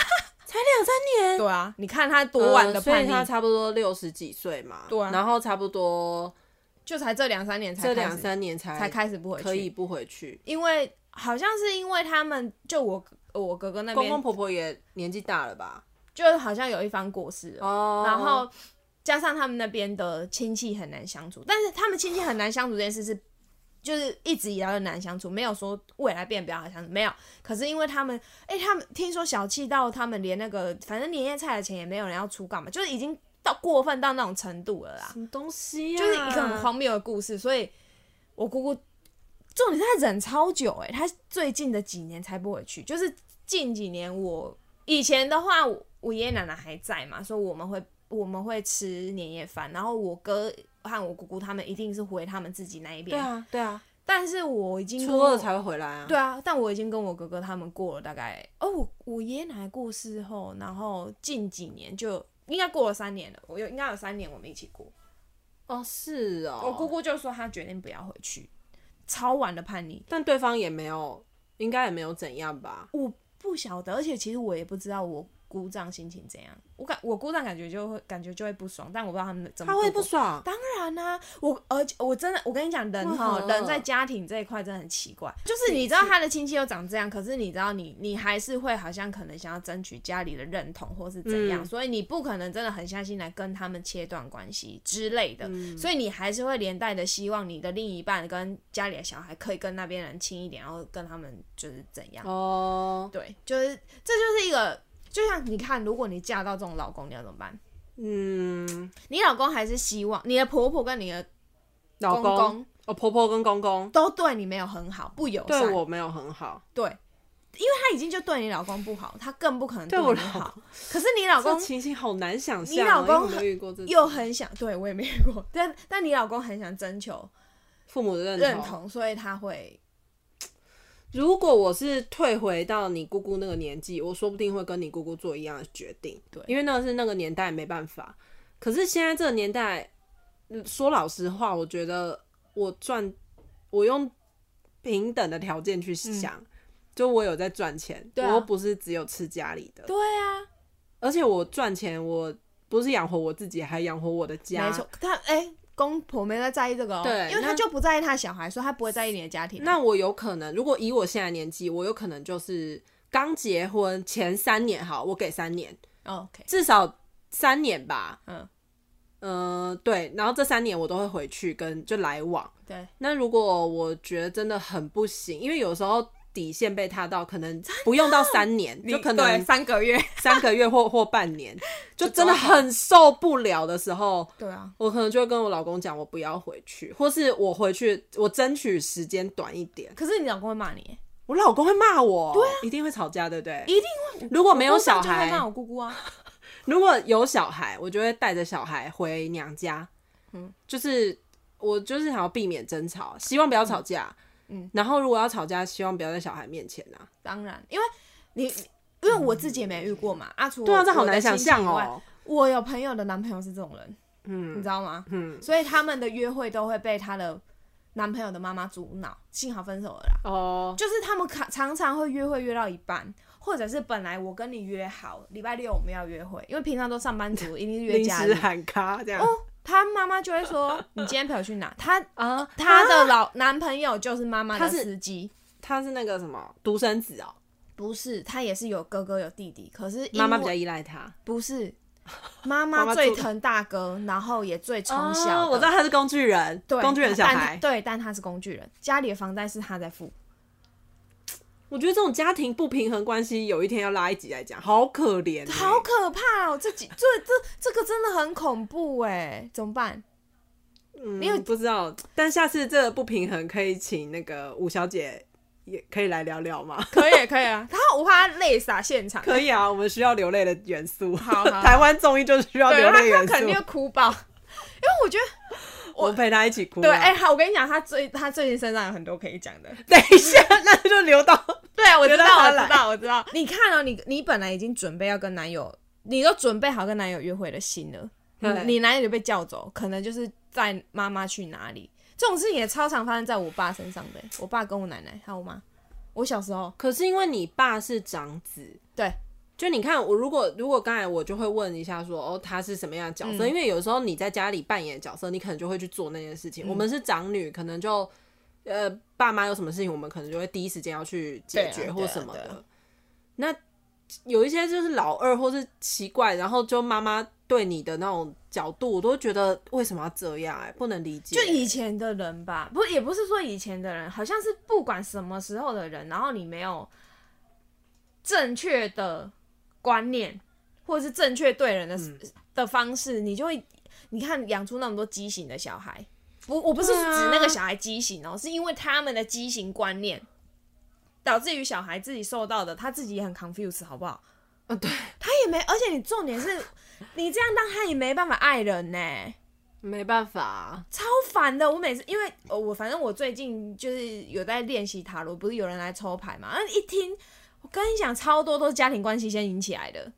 Speaker 1: 才两三年，
Speaker 2: 对啊，你看他多晚的
Speaker 1: 呃所
Speaker 2: 叛
Speaker 1: 以
Speaker 2: 逆，
Speaker 1: 她差不多六十几岁嘛，
Speaker 2: 对啊
Speaker 1: 然后差不多
Speaker 2: 就才这两三年
Speaker 1: 这
Speaker 2: 才开
Speaker 1: 两
Speaker 2: 始
Speaker 1: 三年才
Speaker 2: 才开始不回去，
Speaker 1: 可以不回去，
Speaker 2: 因为好像是因为他们就我我哥哥那
Speaker 1: 公
Speaker 2: 边
Speaker 1: 公婆婆也年纪大了吧？
Speaker 2: 就好像有一方过世了，
Speaker 1: 哦，
Speaker 2: 然后加上他们那边的亲戚很难相处，但是他们亲戚很难相处这件事是。就是一直以来都难相处，没有说未来变比较好相处，没有。可是因为他们，哎、他们听说小气到他们连那个反正年夜菜的钱也没有人要出，干嘛？就是已经到过分到那种程度了啦。
Speaker 1: 什么东西呀？
Speaker 2: 就是一个很荒谬的故事，所以我姑姑重点是她忍超久、欸，她最近的几年才不回去，就是近几年我以前的话，我我爷爷奶奶还在嘛，所以我们会我们会吃年夜饭，然后我哥和我姑姑他们一定是回他们自己那一
Speaker 1: 对
Speaker 2: 边，
Speaker 1: 啊，对啊，
Speaker 2: 但是我已经跟
Speaker 1: 初
Speaker 2: 我
Speaker 1: 二才会回来啊。
Speaker 2: 对啊，但我已经跟我哥哥他们过了大概哦，我我爷爷奶奶过世后，然后近几年就应该过了三年了，我有应该有三年我们一起过。
Speaker 1: 哦，是哦，
Speaker 2: 我姑，姑就说她决定不要回去，超晚的叛逆，
Speaker 1: 但对方也没有，应该也没有怎样吧？
Speaker 2: 我不晓得，而且其实我也不知道我姑丈心情怎样，我感我姑丈感觉就会感觉就会不爽，但我不知道他们怎么
Speaker 1: 他会
Speaker 2: 度
Speaker 1: 不
Speaker 2: 过。
Speaker 1: 爽，
Speaker 2: 当然啦、我而且我真的，我跟你讲，人
Speaker 1: 为
Speaker 2: 哈
Speaker 1: 何，
Speaker 2: 人在家庭这一块真的很奇怪，就是你知道他的亲戚又长这样，可是你知道你你还是会好像可能想要争取家里的认同或是怎样，
Speaker 1: 嗯
Speaker 2: 所以你不可能真的狠下心来跟他们切断关系之类的，所以你还是会连带的希望你的另一半跟家里的小孩可以跟那边人亲一点，然后跟他们就是怎样，
Speaker 1: 哦，
Speaker 2: 对，就是这就是一个，就像你看，如果你嫁到这种老公，你要怎么办？
Speaker 1: 嗯，
Speaker 2: 你老公还是希望你的婆婆跟你的
Speaker 1: 老
Speaker 2: 公公
Speaker 1: 哦，婆婆跟公公
Speaker 2: 都对你没有很好，不友善。
Speaker 1: 对我没有很好，
Speaker 2: 对因为他已经就对你老公不好，他更不可能
Speaker 1: 对我
Speaker 2: 你
Speaker 1: 老
Speaker 2: 好。可是你老
Speaker 1: 这
Speaker 2: 公
Speaker 1: 情形好难想象哦。
Speaker 2: 你老公
Speaker 1: 因为我没有遇过这种
Speaker 2: 又很想，对我也没遇过， 但但你老公很想征求
Speaker 1: 父母的认
Speaker 2: 认同，所以他会
Speaker 1: 如果我是退回到你姑姑那个年纪，我说不定会跟你姑姑做一样的决定。
Speaker 2: 对
Speaker 1: 因为那是那个年代没办法。可是现在这个年代，嗯说老实话，我觉得我赚，我用平等的条件去想，就我有在赚钱，
Speaker 2: 嗯对啊
Speaker 1: 我又不是只有吃家里的，
Speaker 2: 对啊，
Speaker 1: 而且我赚钱，我不是养活我自己，还养活我的家。
Speaker 2: 没错，他哎。公婆没在在意这个哦，
Speaker 1: 对
Speaker 2: 因为他
Speaker 1: 那
Speaker 2: 就不在意他的小孩，所以他不会在意你的家庭。
Speaker 1: 那我有可能，如果以我现在的年纪，我有可能就是刚结婚前三年，好，我给三年。
Speaker 2: 哦 OK，
Speaker 1: 至少三年吧。
Speaker 2: 嗯，
Speaker 1: 嗯，对，然后这三年我都会回去跟就来往。
Speaker 2: 对，
Speaker 1: 那如果我觉得真的很不行，因为有时候底线被踏到，可能不用到三 年，就可
Speaker 2: 对
Speaker 1: 能
Speaker 2: 三个月。
Speaker 1: 三个月或或半 年，就真的很受不了的时候，
Speaker 2: 对啊，
Speaker 1: 我可能就会跟我老公讲，我不要回去，或是我回去，我争取时间短一点。
Speaker 2: 可是你老公会骂你，
Speaker 1: 我老公会骂我，对、一定会吵架，对不对？
Speaker 2: 啊一定会。
Speaker 1: 如果没有
Speaker 2: 我姑丈
Speaker 1: 小
Speaker 2: 就会
Speaker 1: 孩
Speaker 2: 骂，我姑姑啊。
Speaker 1: 如果有小孩，我就会带着小孩回娘家。嗯，就是我就是想要避免争吵，希望不要吵架。嗯，然后如果要吵架，希望不要在小孩面前啊。
Speaker 2: 当然，因为你因为我自己也没遇过嘛，阿楚
Speaker 1: 对啊，
Speaker 2: 我
Speaker 1: 这好
Speaker 2: 我的
Speaker 1: 难想
Speaker 2: 亲戚
Speaker 1: 象
Speaker 2: 以外
Speaker 1: 哦、
Speaker 2: 我有朋友的男朋友是这种人，嗯，你知道吗？嗯，所以他们的约会都会被她的男朋友的妈妈阻挠，幸好分手了啦。
Speaker 1: 哦，
Speaker 2: 就是他们常常常会约会约到一半，或者是本来我跟你约好礼拜六我们要约会，因为平常都上班族，一定是约
Speaker 1: 临
Speaker 2: 假
Speaker 1: 时
Speaker 2: 日。
Speaker 1: 喊卡这样。
Speaker 2: 他妈妈就会说：“你今天陪我去哪？”她
Speaker 1: 啊，
Speaker 2: 她的老男朋友就是妈妈
Speaker 1: 他
Speaker 2: 的
Speaker 1: 是
Speaker 2: 司机，
Speaker 1: 他是那个什么独生子哦、
Speaker 2: 不是他也是有哥哥有弟弟，可是因
Speaker 1: 妈妈
Speaker 2: 为
Speaker 1: 比较依赖他。
Speaker 2: 不是，妈
Speaker 1: 妈妈
Speaker 2: 妈最
Speaker 1: 做的
Speaker 2: 疼大哥，然后也最宠小的、
Speaker 1: 哦，我知道他是工具人，
Speaker 2: 对
Speaker 1: 工具人小
Speaker 2: 但
Speaker 1: 孩。
Speaker 2: 对，但他是工具人，家里的房贷是他在付。
Speaker 1: 我觉得这种家庭不平衡关系，有一天要拉一集来讲，好可怜欸、
Speaker 2: 好可怕哦！这几这这这个真的很恐怖哎，怎么办？
Speaker 1: 没
Speaker 2: 没有
Speaker 1: 嗯不知道，但下次这个不平衡可以请那个吴小姐也可以来聊聊 吗？
Speaker 2: 可以可以啊， 他我怕他泪洒现场，
Speaker 1: 可以啊，我们需要流泪的元素。
Speaker 2: 好好
Speaker 1: 台湾综艺就是啊需要
Speaker 2: 对
Speaker 1: 流
Speaker 2: 他
Speaker 1: 泪
Speaker 2: 他
Speaker 1: 元
Speaker 2: 肯定会
Speaker 1: 素。
Speaker 2: 哭爆，因为我觉得
Speaker 1: 我陪她一起哭啊。
Speaker 2: 对哎、好，我跟你讲，他最他最近身上有很多可以讲的。
Speaker 1: 等一下，那就留到
Speaker 2: 对，啊我
Speaker 1: 留
Speaker 2: 知
Speaker 1: 到
Speaker 2: 道
Speaker 1: 他
Speaker 2: 我知
Speaker 1: 来
Speaker 2: 道我知道。你看哦，你你本来已经准备要跟男友，你都准备好跟男友约会的心了，
Speaker 1: 对
Speaker 2: 你男友就被叫走，可能就是带妈妈去哪里。这种事情也超常发生在我爸身上的，欸我爸跟我奶奶还有我妈。我小时候，
Speaker 1: 可是因为你爸是长子，
Speaker 2: 对，
Speaker 1: 就你看我如果如果刚才我就会问一下说哦他是什么样的角
Speaker 2: 嗯
Speaker 1: 色，因为有时候你在家里扮演的角色，你可能就会去做那件事情。
Speaker 2: 嗯
Speaker 1: 我们是长女，可能就呃爸妈有什么事情，我们可能就会第一时间要去解
Speaker 2: 对
Speaker 1: 决
Speaker 2: 啊
Speaker 1: 或什么
Speaker 2: 对啊对
Speaker 1: 的
Speaker 2: 啊。
Speaker 1: 那有一些就是老二或是奇怪，然后就妈妈对你的那种角度，我都会觉得为什么要这样、哎，不能理解、
Speaker 2: 就以前的人吧，不也不是说以前的人，好像是不管什么时候的人，然后你没有正确的观念，或者是正确对人的、
Speaker 1: 嗯
Speaker 2: 的方式，你就会你看养出那么多畸形的小孩。不，我不是
Speaker 1: 对啊
Speaker 2: 指那个小孩畸形哦、是因为他们的畸形观念。导致于小孩自己受到的，他自己也很 confused，好不好？
Speaker 1: 呃对，
Speaker 2: 他也没，而且你重点是，你这样让他也没办法爱人呢、
Speaker 1: 没办法、啊
Speaker 2: 超烦的。我每次因为呃，我反正我最近就是有在练习塔罗，不是有人来抽牌嘛？那一听，我跟你讲，超多都是家庭关系先引起来的。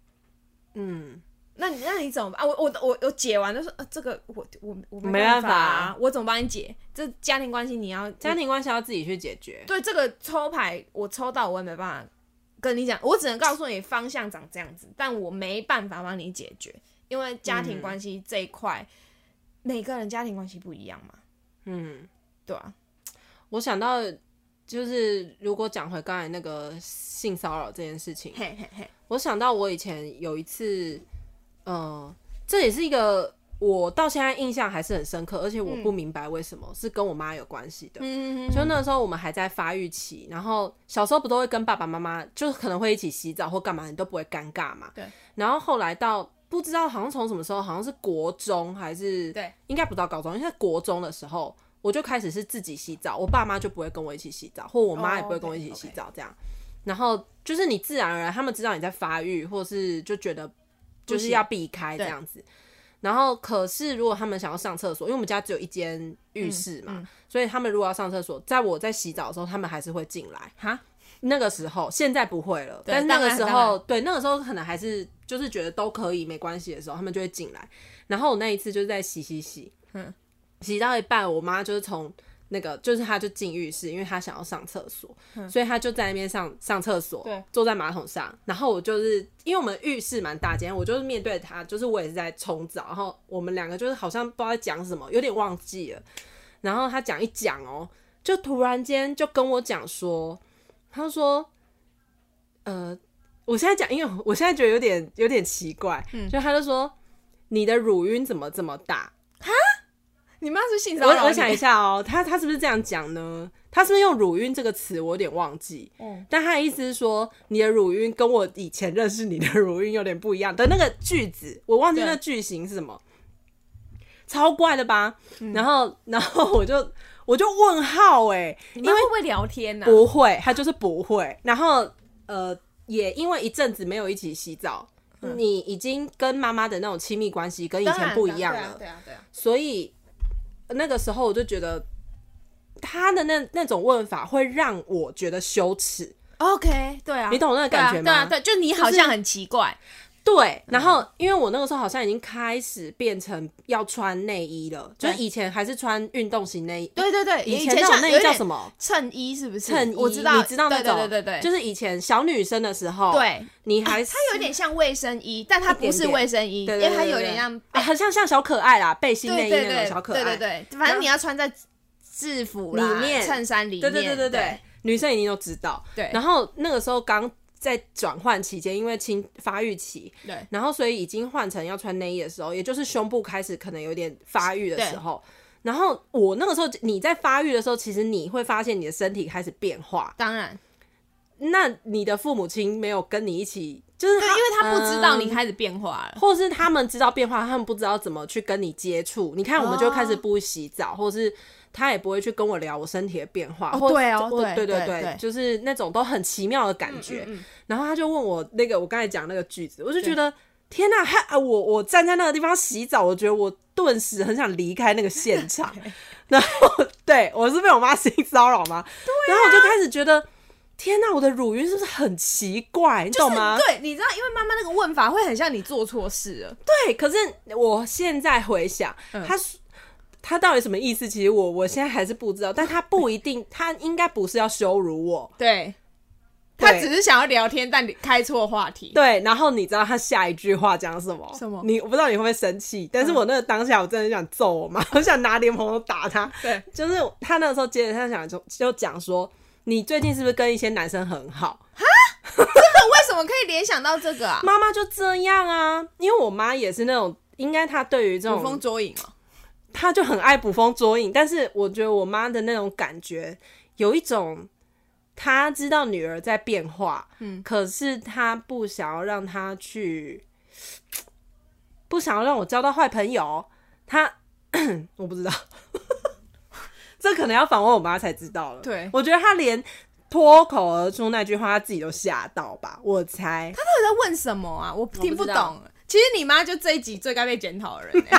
Speaker 1: 嗯，
Speaker 2: 那你那你怎么办？啊、我我我我解完就说，呃，这个我我我
Speaker 1: 没
Speaker 2: 办
Speaker 1: 办法
Speaker 2: 啊
Speaker 1: 啊
Speaker 2: 我怎么帮你解？这家庭关系你要
Speaker 1: 家庭关系要自己去解决。
Speaker 2: 对这个抽牌，我抽到我也没办法跟你讲，我只能告诉你方向长这样子，但我没办法帮你解决，因为家
Speaker 1: 嗯
Speaker 2: 庭关系这一块，每个人家庭关系不一样嘛，
Speaker 1: 嗯。
Speaker 2: 对啊，
Speaker 1: 我想到，就是如果讲回刚才那个性骚扰这件事情，
Speaker 2: 嘿嘿嘿，
Speaker 1: 我想到我以前有一次，嗯、这也是一个我到现在印象还是很深刻，而且我不明白为什么、是跟我妈有关系的。
Speaker 2: 嗯，
Speaker 1: 就那时候我们还在发育期，然后小时候不都会跟爸爸妈妈，就可能会一起洗澡或干嘛，你都不会尴尬嘛。
Speaker 2: 对。
Speaker 1: 然后后来到不知道好像从什么时候，好像是国中还是
Speaker 2: 对，
Speaker 1: 应该不到高中，应该国中的时候，我就开始是自己洗澡，我爸妈就不会跟我一起洗澡，或我妈也不会跟我一起洗澡这样。然后就是你自然而然，他们知道你在发育，或是就觉得就是要避开这样子。然后，可是如果他们想要上厕所，因为我们家只有一间浴室嘛，所以他们如果要上厕所，在我在洗澡的时候，他们还是会进来。
Speaker 2: 哈，
Speaker 1: 那个时候，现在不会了，
Speaker 2: 对
Speaker 1: 但是那个
Speaker 2: 当然
Speaker 1: 时
Speaker 2: 当
Speaker 1: 候，
Speaker 2: 然
Speaker 1: 对那个时候可能还是就是觉得都可以没关系的时候，他们就会进来。然后我那一次就是在洗洗洗，
Speaker 2: 嗯
Speaker 1: 洗到一半，我妈就是从那个就是她就进浴室，因为她想要上厕所，所以她就在那边上上厕所，
Speaker 2: 嗯对，
Speaker 1: 坐在马桶上。然后我就是因为我们浴室蛮大间，我就是面对她，就是我也是在冲澡，然后我们两个就是好像不知道在讲什么，有点忘记了。然后她讲一讲哦、就突然间就跟我讲说，她说，呃，我现在讲，因为我现在觉得有点有点奇怪，就她就说。你的乳晕怎么这么大？
Speaker 2: 你妈是性骚扰
Speaker 1: 我
Speaker 2: 你？
Speaker 1: 我想一下哦，他他是不是这样讲呢？他是不是用乳晕这个词？我有点忘记。
Speaker 3: 嗯
Speaker 1: 但他的意思是说，你的乳晕跟我以前认识你的乳晕有点不一样的那个句子，我忘记
Speaker 2: 对
Speaker 1: 那句型是什么，超怪的吧？
Speaker 3: 嗯
Speaker 1: 然后然后我就我就问号哎、
Speaker 3: 嗯
Speaker 2: 你妈会不会聊天啊呐、
Speaker 1: 不会，他就是不会。然后呃，也因为一阵子没有一起洗澡，你已经跟妈妈的那种亲密关系跟以
Speaker 3: 嗯当然
Speaker 1: 前不一样
Speaker 3: 对
Speaker 1: 了
Speaker 3: 啊，对啊，对啊，
Speaker 1: 所以那个时候我就觉得他的那那种问法会让我觉得羞耻，
Speaker 2: OK，对啊，
Speaker 1: 你懂那个
Speaker 2: 对啊
Speaker 1: 感觉
Speaker 2: 对啊，
Speaker 1: 吗？
Speaker 2: 对，就你好像很奇怪，
Speaker 1: 对，
Speaker 2: 嗯
Speaker 1: 然后因为我那个时候好像已经开始变成要穿内衣了，就
Speaker 2: 对
Speaker 1: 是以前还是穿运动型内衣，
Speaker 2: 对对对，
Speaker 1: 以
Speaker 2: 以
Speaker 1: 前那种
Speaker 2: 像
Speaker 1: 内衣
Speaker 2: 有
Speaker 1: 叫
Speaker 2: 点
Speaker 1: 什么？
Speaker 2: 衬衣是不是？
Speaker 1: 衬衣，
Speaker 2: 我知道，
Speaker 1: 你知道那
Speaker 2: 对
Speaker 1: 种，
Speaker 2: 对对对对，
Speaker 1: 就是以前小女生的时候，，
Speaker 2: 对，啊
Speaker 1: 你还是、
Speaker 2: 它有点像卫生衣，但它不
Speaker 1: 一
Speaker 2: 是
Speaker 1: 点点
Speaker 2: 卫生衣，
Speaker 1: 对，对
Speaker 2: 因为它有点像
Speaker 1: 啊，很像像小可爱啦，背心啊内
Speaker 2: 对
Speaker 1: 衣那
Speaker 2: 对
Speaker 1: 种
Speaker 2: 对
Speaker 1: 小可爱，
Speaker 2: 对对对，反正你要穿在制服啦
Speaker 1: 里面
Speaker 2: 衬衫里面，
Speaker 1: 对对对对对，女生一定都知道。
Speaker 2: 对
Speaker 1: 然后那个时候刚在转换期间，因为青发育期，
Speaker 2: 对
Speaker 1: 然后所以已经换成要穿内衣的时候，也就是胸部开始可能有点发育的时候。然后我那个时候你在发育的时候，其实你会发现你的身体开始变化。
Speaker 2: 当然，
Speaker 1: 那你的父母亲没有跟你一起，就是
Speaker 2: 对，
Speaker 1: 他
Speaker 2: 因为他不知道你
Speaker 1: 嗯
Speaker 2: 开始变 化了，
Speaker 1: 或是他们知道变化，他们不知道怎么去跟你接触。你看，我们就开始
Speaker 2: 哦
Speaker 1: 不洗澡，或是他也不会去跟我聊我身体的变化。
Speaker 2: 哦
Speaker 1: 或
Speaker 2: 对哦
Speaker 1: 或
Speaker 2: 对
Speaker 1: 对
Speaker 2: 对
Speaker 1: 对
Speaker 2: 对
Speaker 1: 就是那种都很奇妙的感觉。
Speaker 2: 嗯嗯
Speaker 1: 然后他就问我那个我刚才讲那个句子，我就觉得天呐，他啊，我我站在那个地方洗澡，我觉得我顿时很想离开那个现 场。然后对我是被我妈性骚扰吗？
Speaker 2: 啊
Speaker 1: 对、然后我就开始觉得。天呐，我的乳晕是不是很奇怪？你懂吗？
Speaker 2: 对，你知道，因为妈妈那个问法会很像你做错事了，
Speaker 1: 对，哎可是我现在回想，
Speaker 2: 嗯
Speaker 1: 他是他到底什么意思？其实我我现在还是不知道，但他不一定，他应该不是要羞辱我。
Speaker 2: 对，
Speaker 1: 对
Speaker 2: 他只是想要聊天，但你开错话题，
Speaker 1: 对，然后你知道他下一句话讲什么？
Speaker 2: 什么嗯
Speaker 1: 你我不知道你会不会生气，但是我那个当下我真的很想揍我妈，我想拿莲蓬头打他。
Speaker 2: 对，
Speaker 1: 就是他那个时候接着他想就就讲说，你最近是不是跟一些男生很好？
Speaker 2: 啊那为什么可以联想到这个啊？
Speaker 1: 妈妈就这样啊，因为我妈也是那种，应该她对于这种
Speaker 2: 捕风捉影哦，
Speaker 1: 他就很爱捕风捉影，但是我觉得我妈的那种感觉，有一种她知道女儿在变化，嗯，可是她不想要让她去，不想要让我交到坏朋友，她 我不知道， 这可能要访问我妈才知道了。
Speaker 2: 对
Speaker 1: 我觉得她连脱口而出那句话，她自己都吓到吧，我猜。
Speaker 2: 他到底在问什么啊？我听
Speaker 1: 不知道
Speaker 2: 懂。其实你妈就这一集最该被检讨的人欸、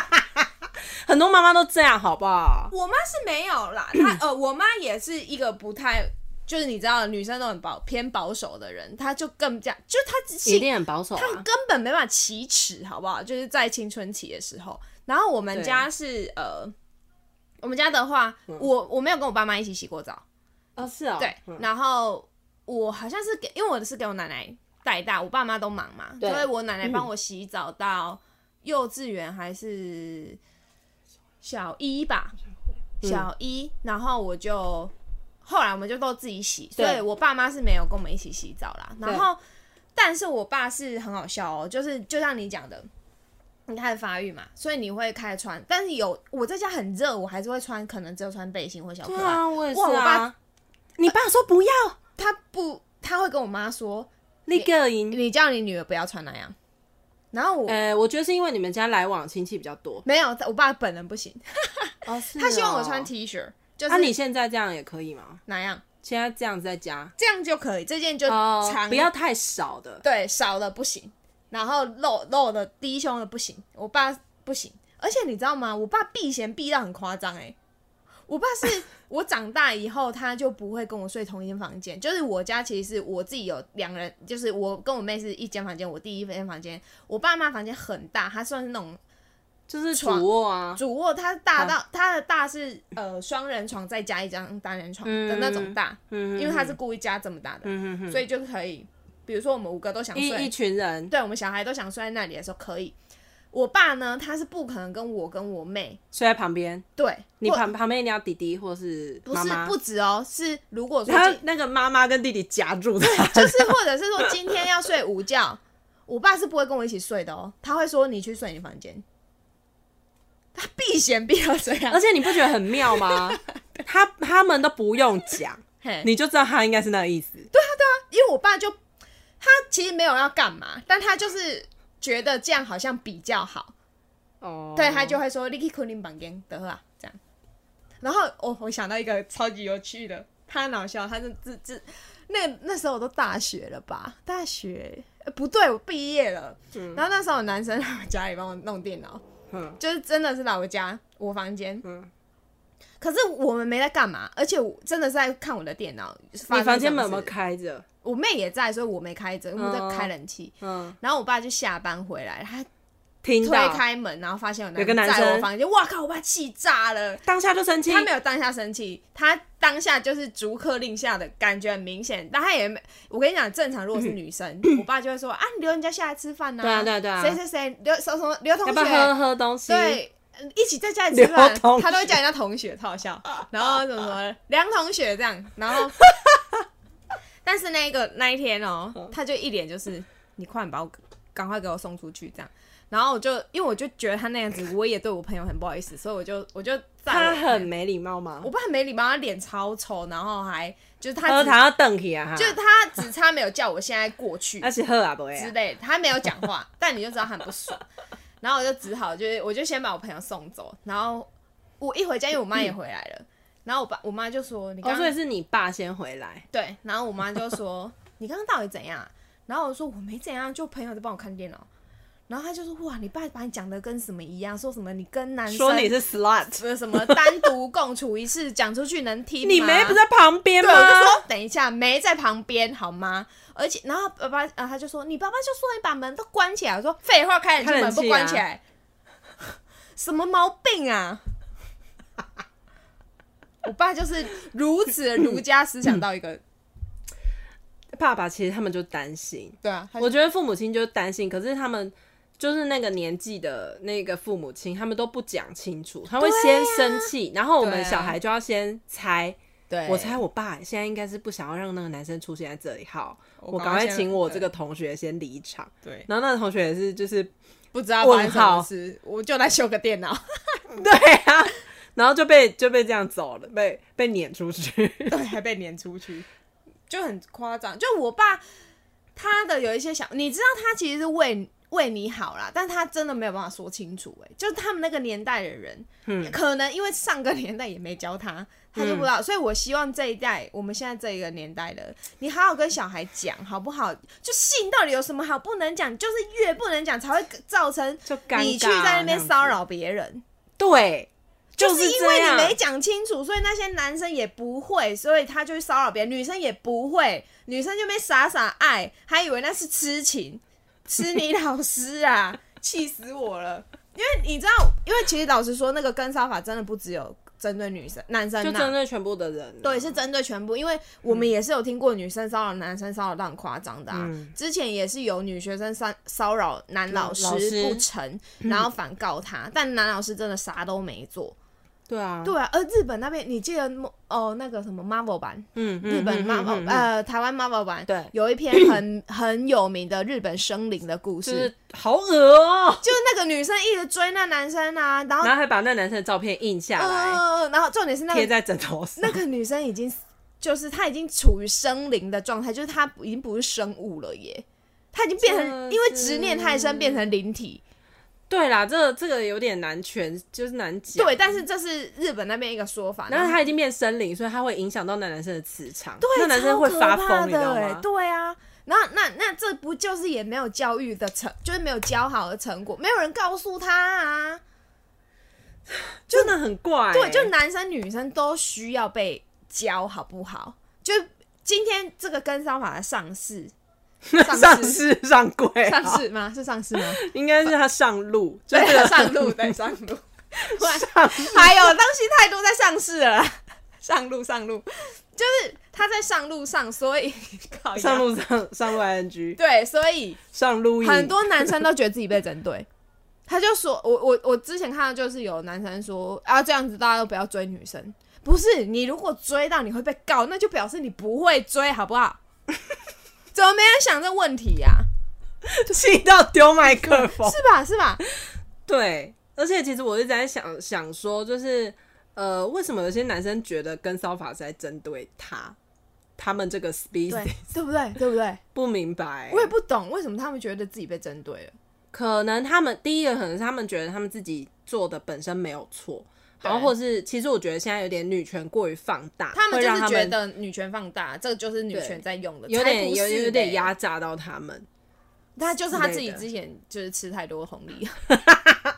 Speaker 1: 很多妈妈都这样，好不好？
Speaker 2: 我妈是没有啦，她呃，我妈也是一个不太，就是你知道，女生都很保偏保守的人，她就更加，就她自信
Speaker 1: 很保守啊
Speaker 2: 他根本没办法启齿，好不好？就是在青春期的时候。然后我们
Speaker 1: 对
Speaker 2: 家是呃，我们家的话，我我没有跟我爸妈一起洗过澡，
Speaker 1: 啊、是哦，
Speaker 2: 对。
Speaker 1: 嗯
Speaker 2: 然后我好像是给，因为我是给我奶奶带大，我爸妈都忙嘛，
Speaker 1: 对
Speaker 2: 所以我奶奶帮我洗澡到幼稚园还是小一吧，
Speaker 1: 嗯
Speaker 2: 小一。然后我就后来我们就都自己洗，所
Speaker 1: 对
Speaker 2: 以我爸妈是没有跟我们一起洗澡啦。然后，但是我爸是很好笑哦，就是就像你讲的。你开始发育嘛，所以你会开始穿，但是有我在家很热，我还是会穿，可能只有穿背心或小可
Speaker 1: 对
Speaker 2: 爱。
Speaker 1: 啊，我也是
Speaker 2: 哇我
Speaker 1: 啊
Speaker 2: 爸。
Speaker 1: 你爸说不要，
Speaker 2: 他不，他会跟我妈说，
Speaker 1: 那个赢。
Speaker 2: 你叫你女儿不要穿那样。然后我、
Speaker 1: 呃，我觉得是因为你们家来往亲戚比较多。
Speaker 2: 没有，我爸本人不行，
Speaker 1: 哦，是
Speaker 2: 他希望我穿。T 恤，就是、
Speaker 1: 那你现在这样也可以吗？
Speaker 2: 哪样，
Speaker 1: 现在这样子在家
Speaker 2: 这样就可以，这件就
Speaker 1: 哦
Speaker 2: 长，
Speaker 1: 不要太少的。
Speaker 2: 对少了不行，然后露露的低胸的不行，我爸不行。而且你知道吗？我爸避嫌避到很夸张哎，我爸 是我长大以后他就不会跟我睡同一间房间，就是我家其实是我自己有两人，就是我跟我妹是一间房间，我弟一间房间，我爸妈房间很大，他算是那种
Speaker 1: 就是主
Speaker 2: 床
Speaker 1: 卧啊。
Speaker 2: 主卧它大到它的大是呃双人床再加一张单人床的那种大，
Speaker 1: 嗯，
Speaker 2: 因为它是故意加这么大的，
Speaker 1: 嗯嗯
Speaker 2: 所以就可以，比如说我们五个都想
Speaker 1: 一一
Speaker 2: 睡，
Speaker 1: 群人。
Speaker 2: 对我们小孩都想睡在那里的时候可以。我爸呢，他是不可能跟我跟我妹
Speaker 1: 睡在旁边，
Speaker 2: 对，
Speaker 1: 你
Speaker 2: 或
Speaker 1: 旁旁边一定要弟弟或是
Speaker 2: 不
Speaker 1: 妈
Speaker 2: 是
Speaker 1: 妈
Speaker 2: 不，止哦，是如果说
Speaker 1: 他
Speaker 2: 今
Speaker 1: 那个妈妈跟弟弟夹住他，
Speaker 2: 就是或者是 说今天要睡午觉，我爸是不会跟我一起睡的哦，他会说你去睡你房间，他避嫌避到这样
Speaker 1: 而，且你不觉得很妙 吗？他他们都不用讲，
Speaker 2: 嘿
Speaker 1: 你就知道他应该是那个意思。
Speaker 2: 因为我爸就他其实没有要干嘛，但他就是觉得这样好像比较好，
Speaker 1: 哦
Speaker 2: 对他就会说你去困林房间得啊这样。然后我、我想到一个超级有趣的，他很好笑，他是这这那那时候我都大学了吧，大学、呃不对，我毕业了。然后那时候有男生来我家里帮我弄电脑，
Speaker 1: 嗯
Speaker 2: 就是真的是来我家我房间，
Speaker 1: 嗯，
Speaker 2: 可是我们没在干嘛，而且我真的是在看我的电脑。你
Speaker 1: 你房间门有没有？开着？
Speaker 2: 我妹也在，所以我没开着，因为我在开冷气。
Speaker 1: 嗯，
Speaker 2: 然后我爸就下班回来，他
Speaker 1: 听到
Speaker 2: 推开门，然后发现有
Speaker 1: 有个男
Speaker 2: 在我
Speaker 1: 生
Speaker 2: 房间，哇靠！我爸气炸了。
Speaker 1: 当下就生气
Speaker 2: 他，没有当下生气，他当下就是逐客令下的感觉很明显，但他也没，我跟你讲，正常如果是女生，我爸就会说啊，你留人家下来吃饭
Speaker 1: 嗯
Speaker 2: 呐、
Speaker 1: 对啊对啊对啊
Speaker 2: 谁谁谁刘什么什么刘同
Speaker 1: 要
Speaker 2: 学，
Speaker 1: 不要喝喝东西？
Speaker 2: 对，嗯一起在家里吃饭
Speaker 1: 刘，同
Speaker 2: 他都会叫人家同学，超好笑。
Speaker 1: 啊
Speaker 2: 然后什么什么梁同学这样，然后，但是那个那一天哦、
Speaker 1: 嗯
Speaker 2: 他就一脸就是你快点把我赶快给我送出去这样。然后我就因为我就觉得他那样子，我也对我朋友很不好意思，所以我就我就在
Speaker 1: 他
Speaker 2: 我
Speaker 1: 很没礼貌吗
Speaker 2: 我？爸很没礼貌，他脸超臭，然后还就是他
Speaker 1: 喝
Speaker 2: 只
Speaker 1: 他要瞪起啊，哈
Speaker 2: 就是他只差没有叫我现在过去，
Speaker 1: 那是喝啊不会
Speaker 2: 之
Speaker 1: 啊，
Speaker 2: 类的，他没有讲话，但你就知道他很不爽。然后我就只好就是，我就先把我朋友送走，然后我一回家，因为我妈也回来了，然后我爸我妈就说：“你
Speaker 1: 哦，
Speaker 2: 刚
Speaker 1: 所
Speaker 2: 刚、
Speaker 1: 以是你爸先回来，
Speaker 2: 对。”然后我妈就说：“你刚刚到底怎样啊、然后我说：“我没怎样，就朋友在帮我看电脑。”然后他就说：“哇，你爸把你讲的跟什么一样，说什么你跟男生
Speaker 1: 说你是 slut，
Speaker 2: 呃什么单独共处一室，讲出去能听吗？
Speaker 1: 你妹不在旁边吗
Speaker 2: 对，？我就说等一下，没在旁边好吗？而且，然后爸爸，啊，他就说，你爸爸就说你把门都关起来。我说废话，开冷气
Speaker 1: 开冷
Speaker 2: 门
Speaker 1: 气啊
Speaker 2: 不关起来，什么毛病啊？ 我爸就是如此的儒家思想到一个，
Speaker 1: 爸爸其实他们就担心，
Speaker 2: 对啊，他就
Speaker 1: 我觉得父母亲就担心，可是他们就是那个年纪的那个父母亲，他们都不讲清楚，他会先生气，然后我
Speaker 2: 啊对啊
Speaker 1: 们小孩就要先猜。
Speaker 2: 对，
Speaker 1: 我猜我爸现在应该是不想要让那个男生出现在这里，好，我赶
Speaker 2: 赶快
Speaker 1: 快
Speaker 2: 先
Speaker 1: 请我这个同学先离场。
Speaker 2: 对
Speaker 1: 然后那个同学也是就是
Speaker 2: 不知道发
Speaker 1: 问
Speaker 2: 生什么
Speaker 1: 号
Speaker 2: 事，我就来修个电脑。
Speaker 1: 对啊，然后就被就被这样走了，被被撵出去。
Speaker 2: 对，还被撵出去，就很夸张。就我爸他的有一些想，你知道他其实是为为你好啦，但他真的没有办法说清楚、哎，就是他们那个年代的人，
Speaker 1: 嗯
Speaker 2: 可能因为上个年代也没教他，他就不知道。所以我希望这一代，我们现在这一个年代的，你好好跟小孩讲好不好？就性到底有什么好不能讲？就是越不能讲，才会造成
Speaker 1: 就尴尬
Speaker 2: 你去在那边
Speaker 1: 这样子
Speaker 2: 骚扰别人。
Speaker 1: 对，
Speaker 2: 就
Speaker 1: 就是
Speaker 2: 是因为
Speaker 1: 这
Speaker 2: 你
Speaker 1: 样
Speaker 2: 没讲清楚，所以那些男生也不会，所以他就去骚扰别人，女生也不会，女生就被傻傻爱，还以为那是痴情，痴你老师 啊，气死我了！因为你知道，因为其实老实说，那个跟骚法真的不只有针对女生，男生
Speaker 1: 就
Speaker 2: 呐、
Speaker 1: 针对全部的人啊。
Speaker 2: 对，是针对全部，因为我们也是有听过女生骚扰男生骚扰到很夸张的啊。
Speaker 1: 嗯
Speaker 2: 之前也是有女学生骚骚扰男老师
Speaker 1: 老师嗯
Speaker 2: 不成，然后反告他，但男老师真的啥都没做。
Speaker 1: 对啊，
Speaker 2: 对啊，呃，日本那边你记得某哦那个什么 Marvel 版，
Speaker 1: 嗯，嗯
Speaker 2: 日本
Speaker 1: 嗯
Speaker 2: Marvel、
Speaker 1: 嗯嗯
Speaker 2: 呃台湾 Marvel 版，
Speaker 1: 对
Speaker 2: 有一篇很很有名的日本生灵的故事，
Speaker 1: 就
Speaker 2: 就是
Speaker 1: 是好恶哦、
Speaker 2: 那个女生一直追那男生啊，然后
Speaker 1: 然后还把那男生的照片印下来，
Speaker 2: 呃，然后重点是那
Speaker 1: 贴、
Speaker 2: 个
Speaker 1: 在枕头上。
Speaker 2: 那个女生已经就是她已经处于生灵的状态，就是她已经不是生物了耶，她已经变成
Speaker 1: 这
Speaker 2: 因为执念太深变成灵体，
Speaker 1: 对啦，这这个有点难全，就是难讲。
Speaker 2: 对，，但是这是日本那边一个说法，
Speaker 1: 然
Speaker 2: 后
Speaker 1: 后他已经变森林，所以他会影响到那男生的磁场，
Speaker 2: 对，
Speaker 1: 那男生
Speaker 2: 超
Speaker 1: 会
Speaker 2: 可
Speaker 1: 发
Speaker 2: 怕
Speaker 1: 疯，你知道
Speaker 2: 的欸
Speaker 1: 吗？
Speaker 2: 对啊，然后那那这不就是也没有教育的成，就是没有教好的成果，没有人告诉他啊。
Speaker 1: 真的很怪、欸。
Speaker 2: 对， 就男生女生都需要被教，好不好？就今天这个跟骚法的上 市，
Speaker 1: 上市上柜，哦
Speaker 2: 上市吗？是上市吗？
Speaker 1: 应该是他上路， 就
Speaker 2: 对
Speaker 1: 是这，个
Speaker 2: 上路，对，上路。哇
Speaker 1: 上路
Speaker 2: 还有东西太多在上市了啦，上路上路，就是他在上路上，所以 靠腰
Speaker 1: 上路上上路 ing
Speaker 2: 对，所以
Speaker 1: 上路易
Speaker 2: 很多男生都觉得自己被针对， 他就说，我我我之前看到就是有男生说啊，这样子大家都不要追女生，不是你如果追到你会被告，那就表示你不会追，好不好？ 怎么没人想这问题呀、
Speaker 1: 气到丢麦克风，
Speaker 2: 是吧？是吧？
Speaker 1: 对，而且其实我一直在想想说，就是呃，为什么有些男生觉得跟骚法是在针对他，他们这个 species
Speaker 2: 对，对不对？对不对？
Speaker 1: 不明白、
Speaker 2: 我也不懂为什么他们觉得自己被针对了。
Speaker 1: 可能他们第一个可能是他们觉得他们自己做的本身没有错，
Speaker 2: 对
Speaker 1: 然后或是其实我觉得现在有点女权过于放大，
Speaker 2: 他们
Speaker 1: 会
Speaker 2: 就
Speaker 1: 让
Speaker 2: 是
Speaker 1: 他
Speaker 2: 觉
Speaker 1: 们
Speaker 2: 得女权放大，这个就是女权在用的，
Speaker 1: 有
Speaker 2: 才
Speaker 1: 点
Speaker 2: 不
Speaker 1: 有
Speaker 2: 是
Speaker 1: 有点
Speaker 2: 嘞
Speaker 1: 压榨到他们，
Speaker 2: 他就是他自
Speaker 1: 之类
Speaker 2: 己
Speaker 1: 的
Speaker 2: 之前就是吃太多红利，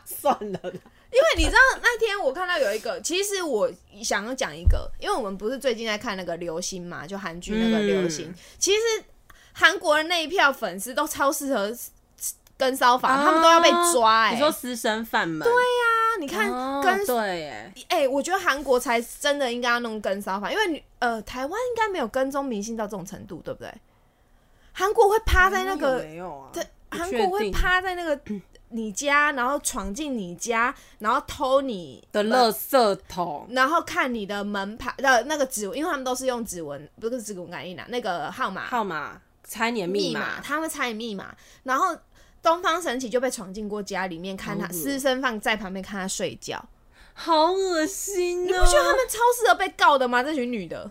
Speaker 1: 算了啦，
Speaker 2: 哎因为你知道那天我看到有一个，其实我想要讲一个，因为我们不是最近在看那个《流星》嘛，就韩剧那个《流星》
Speaker 1: 嗯
Speaker 2: 其实韩国的那一票粉丝都超适合跟骚法，他们都要被抓、哎，
Speaker 1: 啊你说私生饭们，对呀、
Speaker 2: 啊你看、
Speaker 1: 哦
Speaker 2: 跟
Speaker 1: 对耶，
Speaker 2: 哎、我觉得韩国才真的应该要弄跟骚法，因为女呃台湾应该没有跟踪明星到这种程度，对不对？韩国会趴在那
Speaker 1: 台湾
Speaker 2: 个
Speaker 1: 有没有啊，
Speaker 2: 对
Speaker 1: 不
Speaker 2: 韩
Speaker 1: 确
Speaker 2: 国会
Speaker 1: 定
Speaker 2: 趴在那个你家，然后闯进你家，然后偷你
Speaker 1: 的垃圾桶，
Speaker 2: 然后看你的门牌的那个指纹，因为他们都是用指纹，不是指纹感应啦，那个号码
Speaker 1: 号码猜你的密
Speaker 2: 码，他会猜你密码。然后东方神起就被闯进过家里面，看他
Speaker 1: 好恶
Speaker 2: 私生饭在旁边看他睡觉，
Speaker 1: 好恶心
Speaker 2: 你
Speaker 1: 哦！
Speaker 2: 不觉得他们超适合被告的吗？这群女的，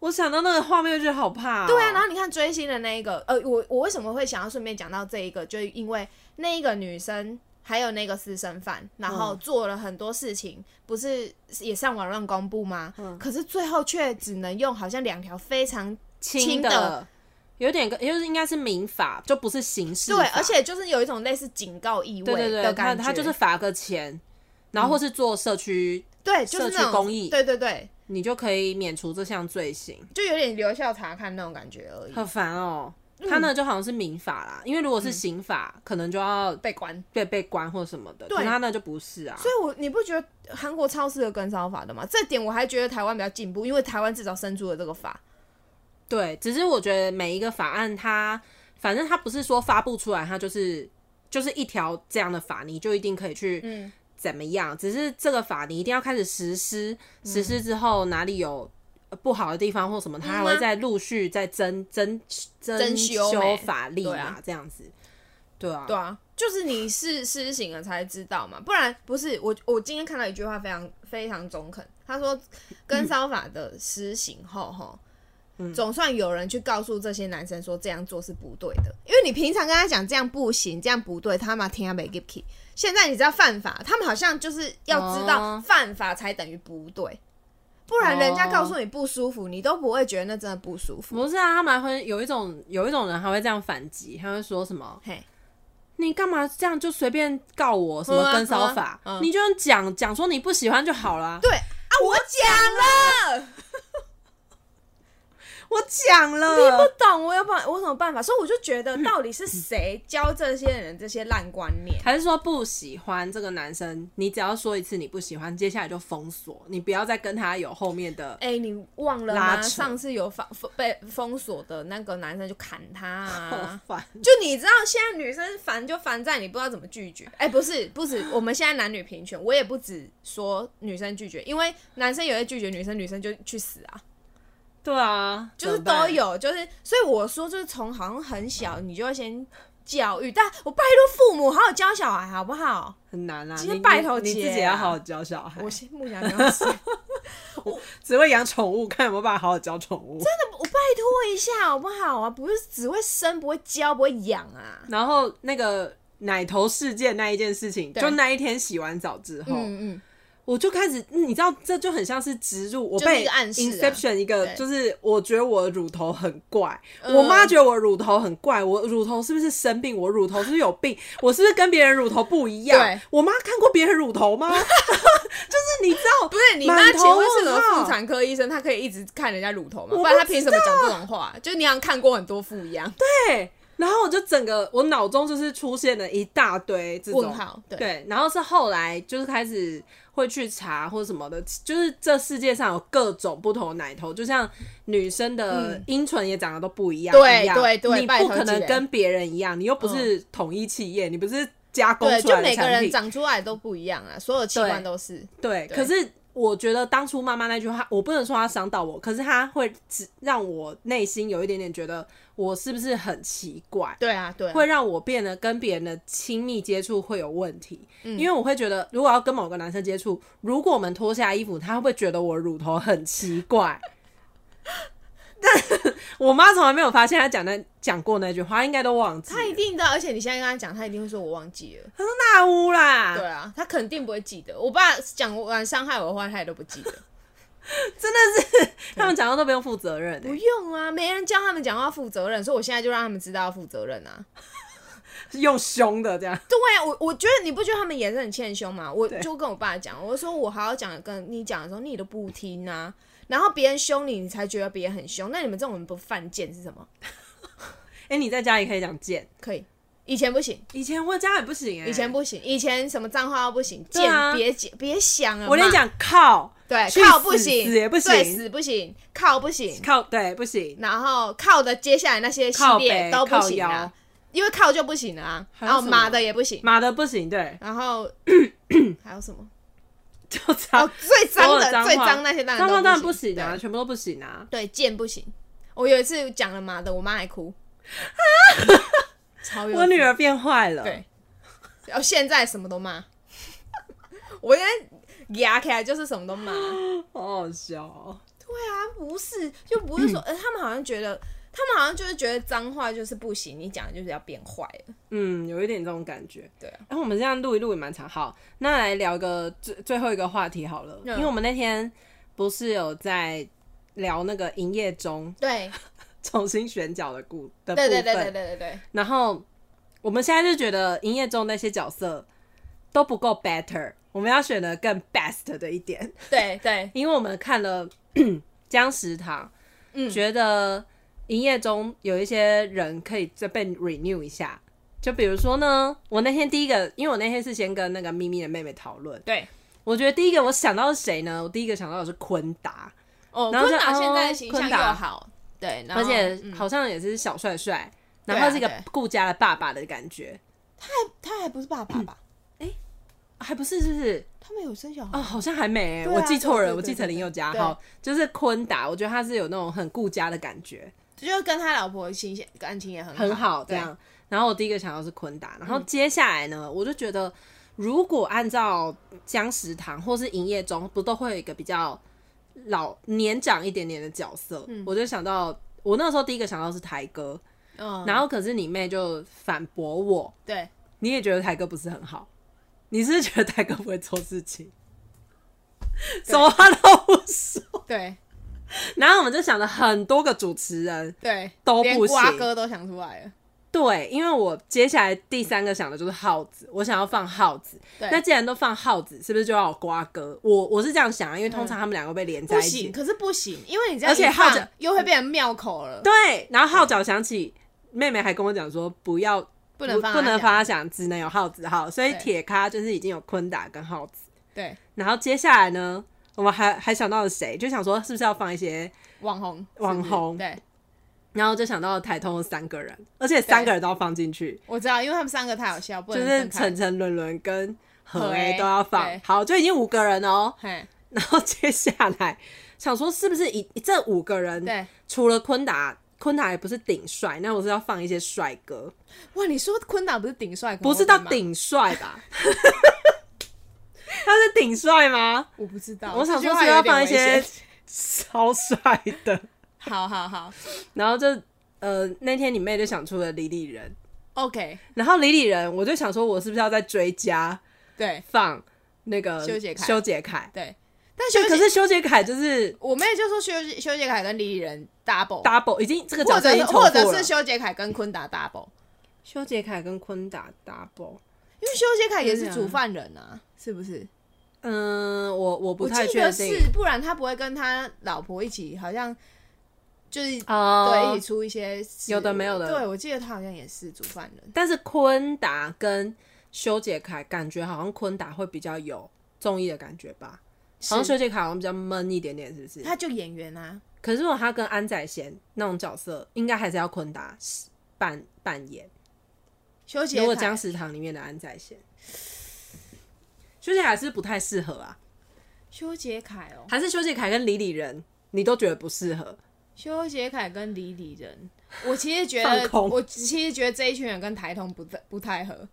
Speaker 1: 我想到那个画面就觉得好怕、哦。
Speaker 2: 对啊。然后你看追星的那一个，呃，我我为什么会想要顺便讲到这一个，就是因为那一个女生。还有那个私生饭，然后
Speaker 1: 嗯
Speaker 2: 做了很多事情，不是也上网乱公布吗？可是最后却只能用好像两条非常
Speaker 1: 轻
Speaker 2: 轻的
Speaker 1: 有点跟，就是应该是民法，就不是刑事法。
Speaker 2: 对，而且就是有一种类似警告意
Speaker 1: 对对
Speaker 2: 味
Speaker 1: 对，他
Speaker 2: 的感觉，嗯
Speaker 1: 他就是罚个钱，然后或是做社区，
Speaker 2: 对，就是
Speaker 1: 社
Speaker 2: 那
Speaker 1: 区
Speaker 2: 种
Speaker 1: 公益
Speaker 2: 对对对，
Speaker 1: 你就可以免除这项罪行，
Speaker 2: 就有点留校查看那种感觉而已，
Speaker 1: 很烦哦。
Speaker 2: 嗯
Speaker 1: 他呢就好像是民法啦，因为如果是刑法，可能就要
Speaker 2: 被关。
Speaker 1: 被被关或什么的，
Speaker 2: 对
Speaker 1: 可他那就不是啊
Speaker 2: 所。以我你不觉得韩国超适合跟骚法的吗？这点我还觉得台湾比较进步，因为台湾至少生出了这个法。
Speaker 1: 对，只是我觉得每一个法案它，反正它不是说发布出来，它就是就是一条这样的法，你就一定可以去
Speaker 2: 嗯，
Speaker 1: 怎么样，只是这个法你一定要开始实施，实施之后哪里有呃不好的地方或什么，它还
Speaker 2: 嗯
Speaker 1: 会
Speaker 2: 啊
Speaker 1: 再陆续再增增增
Speaker 2: 修
Speaker 1: 修
Speaker 2: 没
Speaker 1: 法律
Speaker 2: 对
Speaker 1: 嘛
Speaker 2: 啊，
Speaker 1: 这样子，对啊，
Speaker 2: 对啊，就是你是施行了才知道嘛，不然不是我我今天看到一句话非常非常中肯，他说跟骚法的实行后哈。总算有人去告诉这些男生说这样做是不对的，因为你平常跟他讲这样不行，这样不对，他妈听他没 give key。现在你知道犯法，他们好像就是要知道
Speaker 1: 哦
Speaker 2: 犯法才等于不对，不然人家告诉你不舒服，你都不会觉得那真的不舒服。
Speaker 1: 不是啊，他们还会有一种有一种人还会这样反击，他会说什么
Speaker 2: 嘿，
Speaker 1: 你干嘛这样就随便告我什么
Speaker 2: 嗯啊
Speaker 1: 跟骚法，
Speaker 2: 嗯啊嗯
Speaker 1: 你就用讲讲说你不喜欢就好啦。
Speaker 2: 对啊，我讲了。
Speaker 1: 我讲
Speaker 2: 你不
Speaker 1: 了，
Speaker 2: 懂，我有办，我有什么办法？所以我就觉得，到底是谁教这些人这些烂观念？
Speaker 1: 还是说不喜欢这个男生，你只要说一次你不喜欢，接下来就封锁，你不要再跟他有后面的。
Speaker 2: 哎、你忘了
Speaker 1: 拉
Speaker 2: 吗？
Speaker 1: 扯
Speaker 2: 上次有封封被封锁的那个男生就砍他、啊
Speaker 1: 好，烦，
Speaker 2: 就你知道，现在女生烦就烦在你不知道怎么拒绝。哎、不是，不止，我们现在男女平权，我也不只说女生拒绝，因为男生也会拒绝女生，女生就去死啊。
Speaker 1: 对啊，
Speaker 2: 就是
Speaker 1: 怎么办
Speaker 2: 都。有，就是所以我说，就是从好像很小你就要先教育，但我拜托父母好好教小孩好不好？
Speaker 1: 很难啊！
Speaker 2: 今天
Speaker 1: 你
Speaker 2: 拜托
Speaker 1: 你你
Speaker 2: 姐
Speaker 1: 自己要啊好好教小孩
Speaker 2: 我，先不想要 死，
Speaker 1: 只会养宠物，看有没有办法好好教宠物。
Speaker 2: 我拜托一下好不好啊？不是只会生，不会教，不会养啊。
Speaker 1: 然后那个奶头事件那一件事情，
Speaker 2: 对
Speaker 1: 就那一天洗完澡之后，
Speaker 2: 嗯嗯，
Speaker 1: 我就开始，嗯你知道，这就很像是植入我
Speaker 2: 就是
Speaker 1: 被
Speaker 2: 一个暗示啊
Speaker 1: Inception 一个，
Speaker 2: 对
Speaker 1: 就是我觉得我的乳头很怪，
Speaker 2: 嗯
Speaker 1: 我妈觉得我乳头很怪，我乳头是不是生病？我乳头是不是有病？我是不是跟别人乳头不一样
Speaker 2: 对？
Speaker 1: 我妈看过别人乳头吗？ 就是你知道，
Speaker 2: 不是你妈
Speaker 1: 满
Speaker 2: 请
Speaker 1: 头
Speaker 2: 问是什么
Speaker 1: 问号
Speaker 2: 妇产科医生？她可以一直看人家乳头吗？
Speaker 1: 我
Speaker 2: 不
Speaker 1: 不
Speaker 2: 然她凭什么讲这种话？就是你好像看过很多妇一 样。
Speaker 1: 对，然后我就整个我脑中就是出现了一大堆这种
Speaker 2: 问号对
Speaker 1: 对，然后是后来就是开始会去查或什么的，就是这世界上有各种不同的奶头，就像女生的阴唇也长得都不一样，
Speaker 2: 嗯对
Speaker 1: 一样
Speaker 2: 对对
Speaker 1: 你
Speaker 2: 拜
Speaker 1: 不
Speaker 2: 托
Speaker 1: 可能
Speaker 2: 姐
Speaker 1: 跟别人一样，你又不是统一企业，你不是加工
Speaker 2: 对，
Speaker 1: 出
Speaker 2: 就
Speaker 1: 来的
Speaker 2: 每个
Speaker 1: 产
Speaker 2: 人
Speaker 1: 品，
Speaker 2: 长出来都不一样啊，所有器官都是。
Speaker 1: 对，
Speaker 2: 对
Speaker 1: 可是。我觉得当初妈妈那句话，我不能说她伤到我，可是她会只让我内心有一点点觉得我是不是很奇怪，
Speaker 2: 对啊，对啊，
Speaker 1: 会让我变得跟别人的亲密接触会有问题，
Speaker 2: 嗯
Speaker 1: 因为我会觉得，如果要跟某个男生接触，如果我们脱下衣服，他会不会觉得我乳头很奇怪？ 但我妈从来没有发现她讲那讲过那句话，她应该都忘记了
Speaker 2: 他一定的，而且你现在跟他讲，他一定会说我忘记了。
Speaker 1: 大屋啦，
Speaker 2: 对啊，他肯定不会记得。我爸讲完伤害我的话，他也都不记得。
Speaker 1: 他们讲话都不用负责任、
Speaker 2: 不
Speaker 1: 欸，
Speaker 2: 用啊，没人教他们讲话负责任，所以我现在就让他们知道要负责任啊。
Speaker 1: 欸用凶的这样。
Speaker 2: 对啊，我我觉得你不觉得他们也是很欠凶吗？我就跟我爸讲，我说我好好讲跟你讲的时候，你都不听啊。然后别人凶你，你才觉得别人很凶。那你们这种人不犯贱是什么？
Speaker 1: 哎、你在家也可以讲贱，
Speaker 2: 可以，以前不行，
Speaker 1: 以前我家也不行哎、
Speaker 2: 以前不行，以前什么脏话都不行，
Speaker 1: 对
Speaker 2: 贱
Speaker 1: 啊
Speaker 2: 别讲，别想了。
Speaker 1: 我连，讲靠
Speaker 2: 对，
Speaker 1: 去
Speaker 2: 靠
Speaker 1: 死
Speaker 2: 不行，
Speaker 1: 死也不行
Speaker 2: 对，死不行，靠不行，
Speaker 1: 靠对不行，
Speaker 2: 然后靠的接下来那些系
Speaker 1: 靠
Speaker 2: 列
Speaker 1: 北
Speaker 2: 都不
Speaker 1: 靠
Speaker 2: 行啊
Speaker 1: 腰，
Speaker 2: 因为靠就不行了啊，
Speaker 1: 还有
Speaker 2: 然后
Speaker 1: 什
Speaker 2: 马
Speaker 1: 么
Speaker 2: 的也不行，
Speaker 1: 马的不行，对，
Speaker 2: 然 后还有什么？
Speaker 1: 就脏
Speaker 2: 哦，最脏
Speaker 1: 所有
Speaker 2: 的、
Speaker 1: 脏
Speaker 2: 最
Speaker 1: 话
Speaker 2: 脏那些当然
Speaker 1: 脏话
Speaker 2: 都
Speaker 1: 当然不
Speaker 2: 不
Speaker 1: 行啊，
Speaker 2: 对
Speaker 1: 全部都不行啊。
Speaker 2: 对，贱不行。我有一次讲了马的，我妈还 哭，超有
Speaker 1: 我女儿变坏了，
Speaker 2: 对，然后现在什么都骂， 我现在牙起来就是什么都骂。
Speaker 1: 好好笑、哦。
Speaker 2: 他不是，就不是说，呃，他们好像觉得，他们好像就是觉得脏话就是不行，你讲的就是要变坏了。
Speaker 1: 嗯，有一点这种感觉。
Speaker 2: 对啊
Speaker 1: 然后我们这样录一录也蛮长。好，那来聊个最最后一个话题好了，
Speaker 2: 嗯
Speaker 1: 因为我们那天不是有在聊那个营业中
Speaker 2: 对，
Speaker 1: 重新选角的故的部
Speaker 2: 对
Speaker 1: 分，
Speaker 2: 对对对对对对，
Speaker 1: 然后我们现在就觉得营业中那些角色都不够 better，我们要选的更 best 的一点，
Speaker 2: 对对，
Speaker 1: 因为我们看了 僵食堂，
Speaker 2: 嗯
Speaker 1: 觉得营业中有一些人可以再被 renew 一下。就比如说呢，我那天第一个，因为我那天是先跟那个咪咪的妹妹讨论，
Speaker 2: 对。
Speaker 1: 我觉得第一个我想到是谁呢？我第一个想到的是昆达，
Speaker 2: 哦，
Speaker 1: 然后
Speaker 2: 昆
Speaker 1: 就
Speaker 2: 达现在
Speaker 1: 哦
Speaker 2: 形
Speaker 1: 昆
Speaker 2: 象又
Speaker 1: 达
Speaker 2: 好，对，然后
Speaker 1: 而且
Speaker 2: 嗯
Speaker 1: 好像也是小帅帅，
Speaker 2: 对啊
Speaker 1: 然后是一个
Speaker 2: 对
Speaker 1: 顾家的爸爸的感觉，
Speaker 2: 他还不是爸爸吧？
Speaker 1: 还不是是不是？
Speaker 2: 他们有生小孩
Speaker 1: 哦，
Speaker 2: 吗，
Speaker 1: 好像还没欸、
Speaker 2: 对啊
Speaker 1: 我记错
Speaker 2: 对对
Speaker 1: 人，
Speaker 2: 对
Speaker 1: 我记成林宥嘉。
Speaker 2: 对
Speaker 1: 好，就是昆达，我觉得他是有那种很顾家的感觉，
Speaker 2: 就是跟他老婆情感情也很
Speaker 1: 很
Speaker 2: 好嗯
Speaker 1: 好这样。然后我第一个想到是昆达，然后接下来呢，我就觉得如果按照僵食堂或是营业中，不都会有一个比较老年长一点点的角色，
Speaker 2: 嗯
Speaker 1: 我就想到。我那时候第一个想到是台哥，
Speaker 2: 对嗯，
Speaker 1: 然后可是你妹就反驳我，
Speaker 2: 对，
Speaker 1: 你也觉得台哥不是很好，你是不是觉得台哥不会做事情，什么话都不说，
Speaker 2: 对
Speaker 1: 然后我们就想了很多个主持人，
Speaker 2: 对，
Speaker 1: 都
Speaker 2: 连
Speaker 1: 不
Speaker 2: 瓜
Speaker 1: 行
Speaker 2: 哥都想出来了，
Speaker 1: 对，因为我接下来第三个想的就是耗子，我想要放耗子。
Speaker 2: 对
Speaker 1: 那既然都放耗子，是不是就要有瓜哥？我我是这样想啊，因为通常他们两个被连在
Speaker 2: 嗯不
Speaker 1: 一起。
Speaker 2: 行，可是不行，因为你这样
Speaker 1: 而且
Speaker 2: 一
Speaker 1: 浩
Speaker 2: 放
Speaker 1: 哲
Speaker 2: 又会变成庙口了，
Speaker 1: 对，然后号角响起，妹妹还跟我讲说不要
Speaker 2: 不能放，
Speaker 1: 不能，发响，只能有耗子号。所以
Speaker 2: 对
Speaker 1: 铁咖就是已经有昆达跟耗子，
Speaker 2: 对，
Speaker 1: 然后接下来呢，我们还还想到了谁？就想说是不是要放一些，
Speaker 2: 网红，是不
Speaker 1: 网
Speaker 2: 是
Speaker 1: 红
Speaker 2: 对，
Speaker 1: 然后就想到了台通有三个人，而且三个人都要放进去。
Speaker 2: 我知道，因为他们三个太好笑，不
Speaker 1: 就
Speaker 2: 能
Speaker 1: 是
Speaker 2: 分开
Speaker 1: 晨，晨、伦伦跟何
Speaker 2: 何
Speaker 1: A
Speaker 2: A，
Speaker 1: 都要放
Speaker 2: 对，
Speaker 1: 好，就已经五个人哦。
Speaker 2: 嘿，
Speaker 1: 然后接下来想说，是不是以 这五个人
Speaker 2: 对，
Speaker 1: 除了昆达，昆达也不是顶帅，那我是要放一些帅哥，
Speaker 2: 哇，你说昆达不是顶帅，
Speaker 1: 不是到，顶帅 吧？他是顶帅吗？
Speaker 2: 我不知道，
Speaker 1: 我想
Speaker 2: 哦这句
Speaker 1: 说
Speaker 2: 话
Speaker 1: 是
Speaker 2: 有
Speaker 1: 要
Speaker 2: 点
Speaker 1: 放一
Speaker 2: 危险
Speaker 1: 些，超帅的，
Speaker 2: 好好好
Speaker 1: 然后就呃那天你妹就想出了李李人，
Speaker 2: ，OK，
Speaker 1: 然后李李人我就想说，我是不是要再追加
Speaker 2: 对
Speaker 1: 放那个
Speaker 2: 修杰楷
Speaker 1: 修杰楷，
Speaker 2: 对，但
Speaker 1: 就
Speaker 2: 修
Speaker 1: 可
Speaker 2: 杰，
Speaker 1: 是修杰楷就是
Speaker 2: 我妹就说修杰修杰楷跟李李仁 double。
Speaker 1: double，已经这个角
Speaker 2: 或
Speaker 1: 色
Speaker 2: 者
Speaker 1: 已
Speaker 2: 是
Speaker 1: 经重复
Speaker 2: 或
Speaker 1: 了。
Speaker 2: 者是修杰楷跟昆达 double，
Speaker 1: 修杰楷跟昆达 double，
Speaker 2: 因为修杰楷也是主犯人啊，是不是？
Speaker 1: 嗯，我我不
Speaker 2: 我
Speaker 1: 太
Speaker 2: 记
Speaker 1: 确
Speaker 2: 得
Speaker 1: 定
Speaker 2: 是，不然他不会跟他老婆一起，好像就是、对一
Speaker 1: 哦
Speaker 2: 起。出一些事
Speaker 1: 有的没有的
Speaker 2: 对，我记得他好像也是主犯人，
Speaker 1: 但是昆达跟修杰楷感觉好像昆达会比较有综艺的感觉吧，好像
Speaker 2: 是
Speaker 1: 修杰楷好像比较闷一点点，是不是？
Speaker 2: 他就演员啊，
Speaker 1: 可是如果他跟安宰贤那种角色，应该还是要昆达扮扮演。
Speaker 2: 修杰
Speaker 1: 如果
Speaker 2: 楷
Speaker 1: 僵。食堂里面的安宰贤，修杰楷是不太适合啊。
Speaker 2: 修杰楷哦，
Speaker 1: 还是修杰楷跟李李仁，你都觉得不适合？
Speaker 2: 修杰楷跟李李仁，我其实觉
Speaker 1: 放
Speaker 2: 得，
Speaker 1: 空
Speaker 2: 我其实觉得这一群人跟台通不太不太合，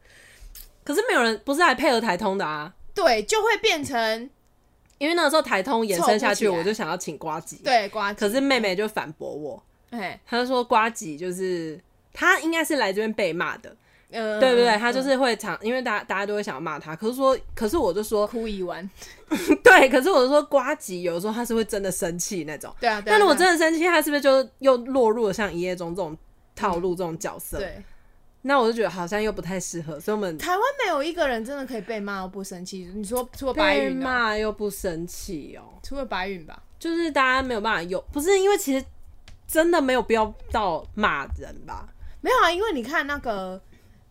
Speaker 1: 可是没有人不是还配合台通的啊？
Speaker 2: 对，就会变成
Speaker 1: 因为那个时候台通延伸下去，
Speaker 2: 凑不起来
Speaker 1: 我就想要请瓜吉。，
Speaker 2: 对瓜子，
Speaker 1: 可是妹妹就反驳我，
Speaker 2: 哎，
Speaker 1: 她就说瓜吉就是她应该是来这边被骂的，
Speaker 2: 嗯，
Speaker 1: 对不对？她就是会常，因为大家大家都会想要骂她，可是说，可是我就 说，
Speaker 2: 哭一完，
Speaker 1: 对，可是我就说瓜吉有时候她是会真的生气那种。
Speaker 2: 对啊，对啊
Speaker 1: 但如果
Speaker 2: 对啊
Speaker 1: 真的生气，她是不是就又落入了像一夜中这种套路、这种角色？
Speaker 2: 对
Speaker 1: 那我就觉得好像又不太适合，所以我们
Speaker 2: 台湾没有一个人真的可以被骂而不生气，你说除了白
Speaker 1: 被
Speaker 2: 云嘛，
Speaker 1: 骂又不生气哦，
Speaker 2: 除了白云吧，
Speaker 1: 就是大家没有办法有，不是因为其实真的没有必要到骂人吧？
Speaker 2: 没有啊，因为你看那个《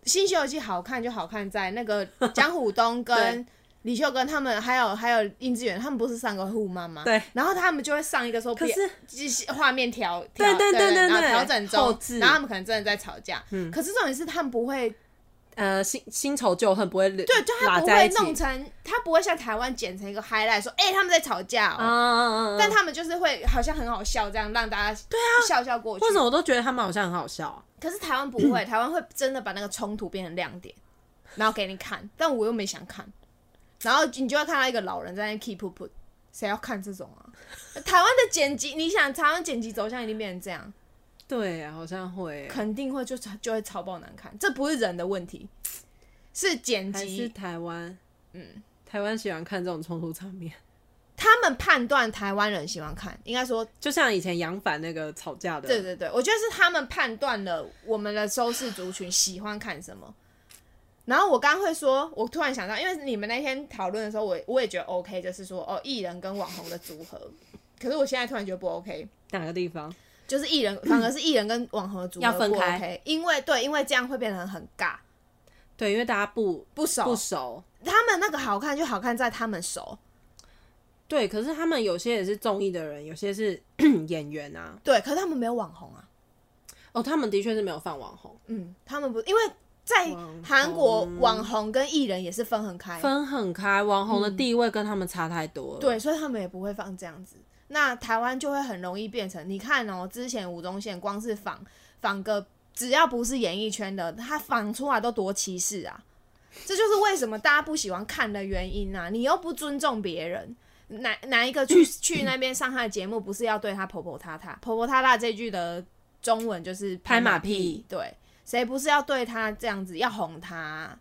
Speaker 2: 新西游记》好看就好看在那 个江虎东跟李秀根他们，还有还有殷志远，他们不是三个互骂吗？
Speaker 1: 对。
Speaker 2: 然后他们就会上一个说，
Speaker 1: 可是
Speaker 2: 这些画面调，
Speaker 1: 对
Speaker 2: 调
Speaker 1: 对对
Speaker 2: 对
Speaker 1: 对
Speaker 2: 然后
Speaker 1: 对
Speaker 2: 调整
Speaker 1: 后
Speaker 2: 中
Speaker 1: 置，
Speaker 2: 然后他们可能真的在吵架。嗯。可是重点是他们不会，
Speaker 1: 呃，新新仇旧恨不会对
Speaker 2: 对，就他不会弄成，他不会像台湾剪成一个 highlight 说，哎、他们在吵架
Speaker 1: 啊
Speaker 2: 哦。
Speaker 1: 啊啊！嗯
Speaker 2: 但他们就是会好像很好笑，这样让大家对啊笑笑过去。
Speaker 1: 为什么我都觉得他们好像很好笑、啊？
Speaker 2: 可是台湾不 会，台湾会真的把那个冲突变成亮点，然后给你看，但我又没想看，然后你就会看到一个老人在那 keep put，谁要看这种啊？台湾的剪辑，你想台湾剪辑走向一定变成这样，
Speaker 1: 对啊，好像会，
Speaker 2: 肯定会就就会超爆难看，这不是人的问题，是剪
Speaker 1: 还是
Speaker 2: 辑，
Speaker 1: 台湾，嗯，台湾喜欢看这种冲突场面，
Speaker 2: 他们判断台湾人喜欢看，应该说
Speaker 1: 就像以前杨凡那个吵架的，
Speaker 2: 对对对，我觉得是他们判断了我们的收视族群喜欢看什么。然后我刚刚会说，我突然想到，因为你们那天讨论的时候，我我也觉得 OK，就是说哦，艺人跟网红的组合。可是我现在突然觉得不 OK，
Speaker 1: 哪个地方？
Speaker 2: 就是艺 人反而是艺人跟网红的组合
Speaker 1: 要分
Speaker 2: 不 OK,
Speaker 1: 开
Speaker 2: 因为对，因为这样会变得很尬，
Speaker 1: 对，因为大家不
Speaker 2: 不熟。
Speaker 1: 不熟，
Speaker 2: 他们那个好看就好看在他们熟，
Speaker 1: 对，可是他们有些也是综艺的人，有些是 演员啊。
Speaker 2: 对，可是他们没有网红啊，
Speaker 1: 哦，他们的确是没有放网红，
Speaker 2: 嗯，他们不因为在
Speaker 1: 网红
Speaker 2: 韩国网红跟艺人也是分很开，
Speaker 1: 分很开，网红的地位跟他们差太多了。
Speaker 2: 对，所以他们也不会放这样子。那台湾就会很容易变成，你看哦，之前吴宗宪光是仿仿个，只要不是演艺圈的，他仿出来都多歧视啊！这就是为什么大家不喜欢看的原因啊！你又不尊重别人，哪哪一个
Speaker 1: 嗯
Speaker 2: 去去那边上他的节目，不是要对他婆婆塌塌？婆婆塌塌这句的中文就是
Speaker 1: 拍马屁
Speaker 2: 屁，对，谁不是要对他这样子要哄他啊、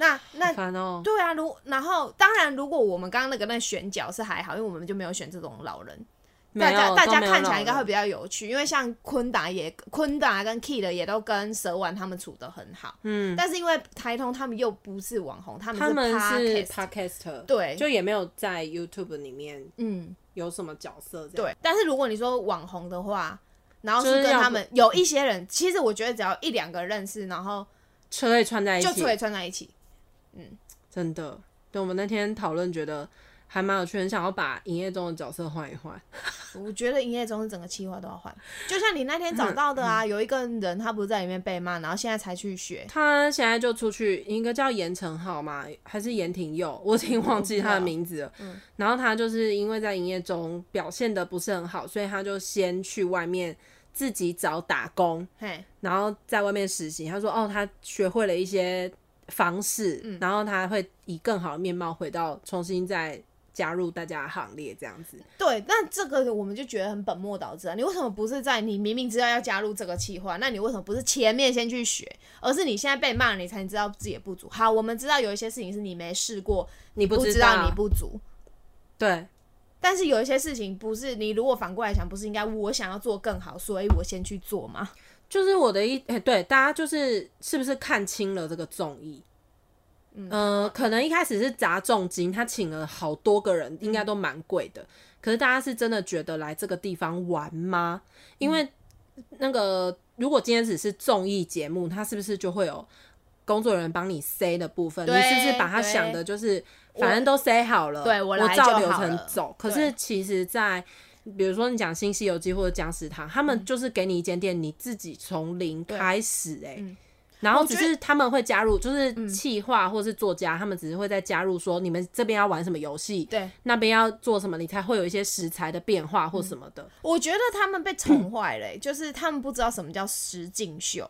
Speaker 2: 那那
Speaker 1: 好烦哦、
Speaker 2: 对啊，如然后当然，如果我们刚刚那个那选角是还好，因为我们就没有选这种老人，
Speaker 1: 没
Speaker 2: 大
Speaker 1: 有
Speaker 2: 家大
Speaker 1: 都
Speaker 2: 家
Speaker 1: 没有
Speaker 2: 看起
Speaker 1: 老
Speaker 2: 来应该
Speaker 1: 人
Speaker 2: 会比较有趣，因为像昆达也昆达跟 Key 的也都跟蛇丸他们处的很好，嗯，但是因为台通他们又不是网红，他
Speaker 1: 他
Speaker 2: 们
Speaker 1: 们是
Speaker 2: podcast，
Speaker 1: podcaster，
Speaker 2: 对
Speaker 1: 就也没有在 YouTube 里面
Speaker 2: 嗯，
Speaker 1: 有什么角色这样。
Speaker 2: 对。但是如果你说网红的话，然后
Speaker 1: 就是是
Speaker 2: 跟
Speaker 1: 要
Speaker 2: 他
Speaker 1: 不
Speaker 2: 们有一些人，其实我觉得只要一两个认识，然后
Speaker 1: 对，可以串在一
Speaker 2: 就
Speaker 1: 起
Speaker 2: 可，以串在一起。
Speaker 1: 真的。对，我们那天讨论觉得还蛮有趣，很想要把营业中的角色换一换。
Speaker 2: 我觉得营业中是整个企划都要换，就像你那天
Speaker 1: 嗯
Speaker 2: 找到的啊，有一个人他不是在里面被骂，然后现在才去学，
Speaker 1: 他现在就出去，一个叫严承浩嘛，还是严廷佑，我已经忘
Speaker 2: 嗯
Speaker 1: 记他的名字了。然后他就是因为在营业中表现的不是很好，所以他就先去外面自己找打工，
Speaker 2: 嘿，
Speaker 1: 然后在外面实习。他说：“哦，他学会了一些方式，
Speaker 2: 嗯
Speaker 1: 然后他会以更好的面貌回到，重新再加入大家的行列，这样子。
Speaker 2: 对，那这个我们就觉得很本末倒置啊！你为什么不是在你明明知道要加入这个企划，那你为什么不是前面先去学，而是你现在被骂，你才知道自己的不足？好，我们知道有一些事情是你没试过，
Speaker 1: 你不
Speaker 2: 不
Speaker 1: 知
Speaker 2: 知
Speaker 1: 道
Speaker 2: 道你不足，
Speaker 1: 对
Speaker 2: 但是有一些事情不是你如果反过来想，不是应该我想要做更好，所以我先去做吗？
Speaker 1: 就是我的一哎、对，大家就是是不是看清了这个综艺？嗯、呃，可能一开始是砸重金，他请了好多个人，应该都蛮贵的。可是大家是真的觉得来这个地方玩吗？因为那个如果今天只是综艺节目，它是不是就会有工作人员帮你塞的部分？你
Speaker 2: 对
Speaker 1: 是不是把它
Speaker 2: 对
Speaker 1: 想的就是反正都塞好了，
Speaker 2: 对我
Speaker 1: 我
Speaker 2: 来就
Speaker 1: 照
Speaker 2: 好
Speaker 1: 流程
Speaker 2: 了
Speaker 1: 走？可
Speaker 2: 对
Speaker 1: 是其实，在比如说你讲《新西
Speaker 2: 嗯
Speaker 1: 游记》或者《僵尸堂》，他们就是给你一间店，你自己从零开始、欸，哎、然后
Speaker 2: 嗯我
Speaker 1: 只
Speaker 2: 觉得嗯
Speaker 1: 是他们会加入，就是企划或是作家，他们只是会再加入说你们这边要玩什么游戏，
Speaker 2: 对，
Speaker 1: 那边要做什么，你才会有一些食材的变化
Speaker 2: 嗯
Speaker 1: 或什么的。
Speaker 2: 我觉得他们被宠坏了欸、 就是他们不知道什么叫实境秀。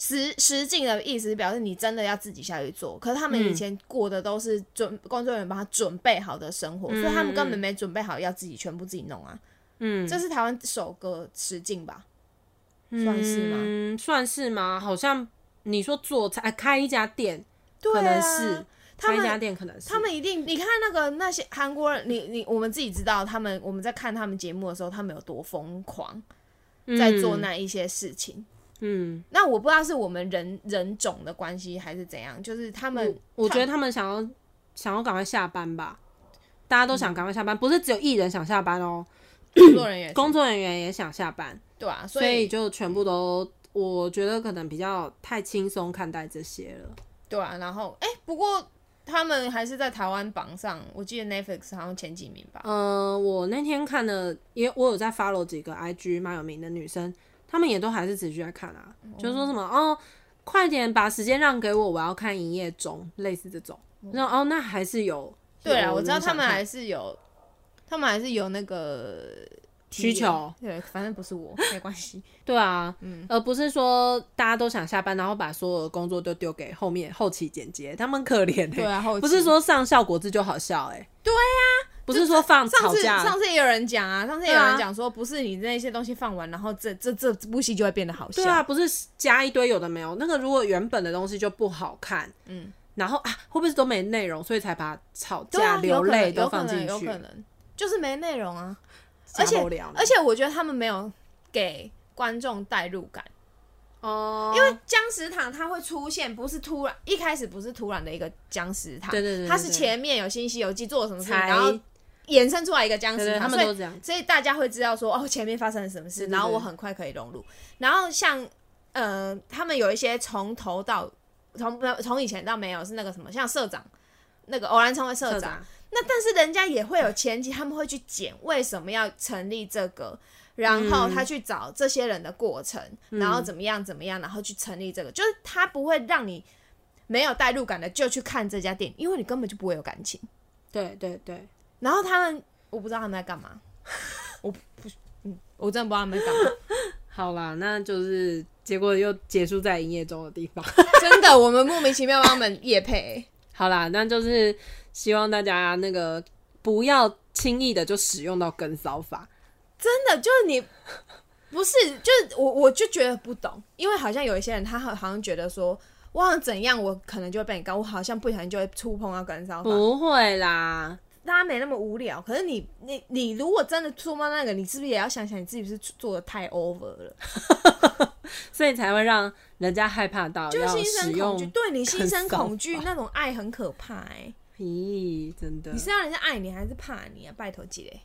Speaker 2: 实实境的意思是表示你真的要自己下去做，可是他们以前过的都是准工作人员帮他准备好的生活，所以他们根本没准备好要自己全部自己弄啊。
Speaker 1: 嗯，
Speaker 2: 这是台湾首个实境吧？算是吗？
Speaker 1: 嗯，算是吗？好像你说做菜、哎开一家店，
Speaker 2: 对
Speaker 1: 可能
Speaker 2: 啊
Speaker 1: 是
Speaker 2: 他
Speaker 1: 开一
Speaker 2: 们
Speaker 1: 家店，可能是
Speaker 2: 他们一定，你看那个那些韩国人，你你我们自己知道，他们我们在看他们节目的时候，他们有多疯狂在做那一些事情。
Speaker 1: 嗯，
Speaker 2: 那我不知道是我们人人种的关系还是怎样，就是他们，
Speaker 1: 我觉得
Speaker 2: 他
Speaker 1: 他们想要想要赶快下班吧，大家都想赶快下班，不是只有艺人想下班哦，
Speaker 2: 工作人员是
Speaker 1: 工作人员也想下班，
Speaker 2: 对啊，所
Speaker 1: 所以
Speaker 2: 以
Speaker 1: 就全部都，我觉得可能比较太轻松看待这些了。
Speaker 2: 对啊，然后哎、不过他们还是在台湾榜上，我记得 Netflix 好像前几名吧。
Speaker 1: 呃，我那天看的，也我有在 follow 几个 IG 蛮有名的女生，她们也都还是持续在看啊，就是说什么哦，快点把时间让给我，我要看营业中，类似这种。那哦，那还是有。
Speaker 2: 对啊，
Speaker 1: 有
Speaker 2: 我知道
Speaker 1: 人想
Speaker 2: 他们
Speaker 1: 看
Speaker 2: 还是有，他们还是有那个
Speaker 1: 需求。
Speaker 2: 对，反正不是我，没 关系。
Speaker 1: 对啊，而不是说大家都想下班，然后把所有的工作都丢给后面后期剪接，他们可怜、欸。
Speaker 2: 对啊，后期
Speaker 1: 不是说上效果字就好笑哎、
Speaker 2: 欸
Speaker 1: 对呀、不是说放
Speaker 2: 上
Speaker 1: 吵
Speaker 2: 次
Speaker 1: 架，
Speaker 2: 上次也有人讲啊，上次也有
Speaker 1: 对啊
Speaker 2: 人讲说，不是你那些东西放完，然后这这这这部戏就会变得好笑。
Speaker 1: 对啊，不是加一堆有的没有，那个如果原本的东西就不好看，嗯，然后啊，会不会是都没内容，所以才把吵
Speaker 2: 对
Speaker 1: 架、
Speaker 2: 啊，有
Speaker 1: 流
Speaker 2: 可能
Speaker 1: 泪
Speaker 2: 有
Speaker 1: 都
Speaker 2: 可
Speaker 1: 放
Speaker 2: 能
Speaker 1: 进
Speaker 2: 有
Speaker 1: 去
Speaker 2: 可，能就是没内容啊。
Speaker 1: 瞎
Speaker 2: 而且
Speaker 1: 无聊呢
Speaker 2: 而且我觉得他们没有给观众代入感，
Speaker 1: 哦，
Speaker 2: 因为僵尸堂它会出现，不是突然一开始不是突然的一个僵尸堂，
Speaker 1: 对对对对
Speaker 2: 它是前面有《新西游记》做了什么事情，
Speaker 1: 才
Speaker 2: 然后衍生出来一个僵
Speaker 1: 对
Speaker 2: 尸
Speaker 1: 对
Speaker 2: 堂，
Speaker 1: 他们
Speaker 2: 所以
Speaker 1: 都这样
Speaker 2: 所以大家会知道说哦前面发生了什么事，
Speaker 1: 对对对
Speaker 2: 然后我很快可以融入。然后像呃，他们有一些从头到从从以前到没有是那个什么，像社长。那个偶然成为社
Speaker 1: 社
Speaker 2: 长
Speaker 1: 长，
Speaker 2: 那但是人家也会有前提，他们会去检为什么要成立这个，然后他去找这些人的过程，然后怎么样怎么样，然后去成立这个，就是他不会让你没有代入感的就去看这家店，因为你根本就不会有感情。
Speaker 1: 对对对，
Speaker 2: 然后他们，我不知道他们在干嘛，我不，嗯，我真的不知道他们在干嘛。
Speaker 1: 好啦，那就是结果又结束在营业中的地方。
Speaker 2: 真的，我们莫名其妙帮他们夜配、
Speaker 1: 好啦，那就是希望大家那个不要轻易的就使用到跟骚法，
Speaker 2: 真的就是你，不是就是我，我就觉得不懂，因为好像有一些人他好好像觉得说，我好像怎样，我可能就会被你告，我好像不小心就会触碰到跟骚法，
Speaker 1: 不会啦，
Speaker 2: 大家没那么无聊。可是你你你如果真的触碰到那个，你是不是也要想想你自己是不是做的太 over 了，
Speaker 1: 所以才会让人家害怕到
Speaker 2: 就
Speaker 1: 要
Speaker 2: 心
Speaker 1: 使
Speaker 2: 生恐
Speaker 1: 用
Speaker 2: 惧，。对你心生
Speaker 1: 跟骚
Speaker 2: 恐惧
Speaker 1: 法
Speaker 2: 那种爱很可怕哎、
Speaker 1: 咦，真的
Speaker 2: 你，是让人家爱你还是怕你啊？拜托姐嘞，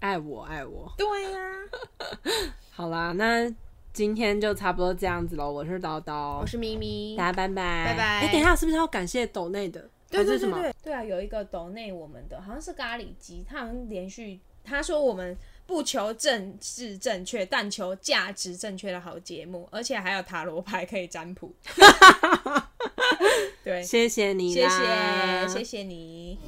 Speaker 1: 爱我爱我。
Speaker 2: 对呀、
Speaker 1: 好啦，那今天就差不多这样子喽。我是叨叨
Speaker 2: 我，是咪咪，
Speaker 1: 大家拜拜，
Speaker 2: 哦拜拜
Speaker 1: 哎、等一下，是不是要感谢抖内的？
Speaker 2: 对
Speaker 1: 还
Speaker 2: 对
Speaker 1: 哦是什
Speaker 2: 对
Speaker 1: 么？
Speaker 2: 对，对啊，有一个抖内我们的，好像是咖喱鸡，他好像连续他说我们不求政治正确，但求价值正确的好节目，而且还有塔罗牌可以占卜。对，
Speaker 1: 谢谢你
Speaker 2: 谢
Speaker 1: 啦，
Speaker 2: 谢谢谢你。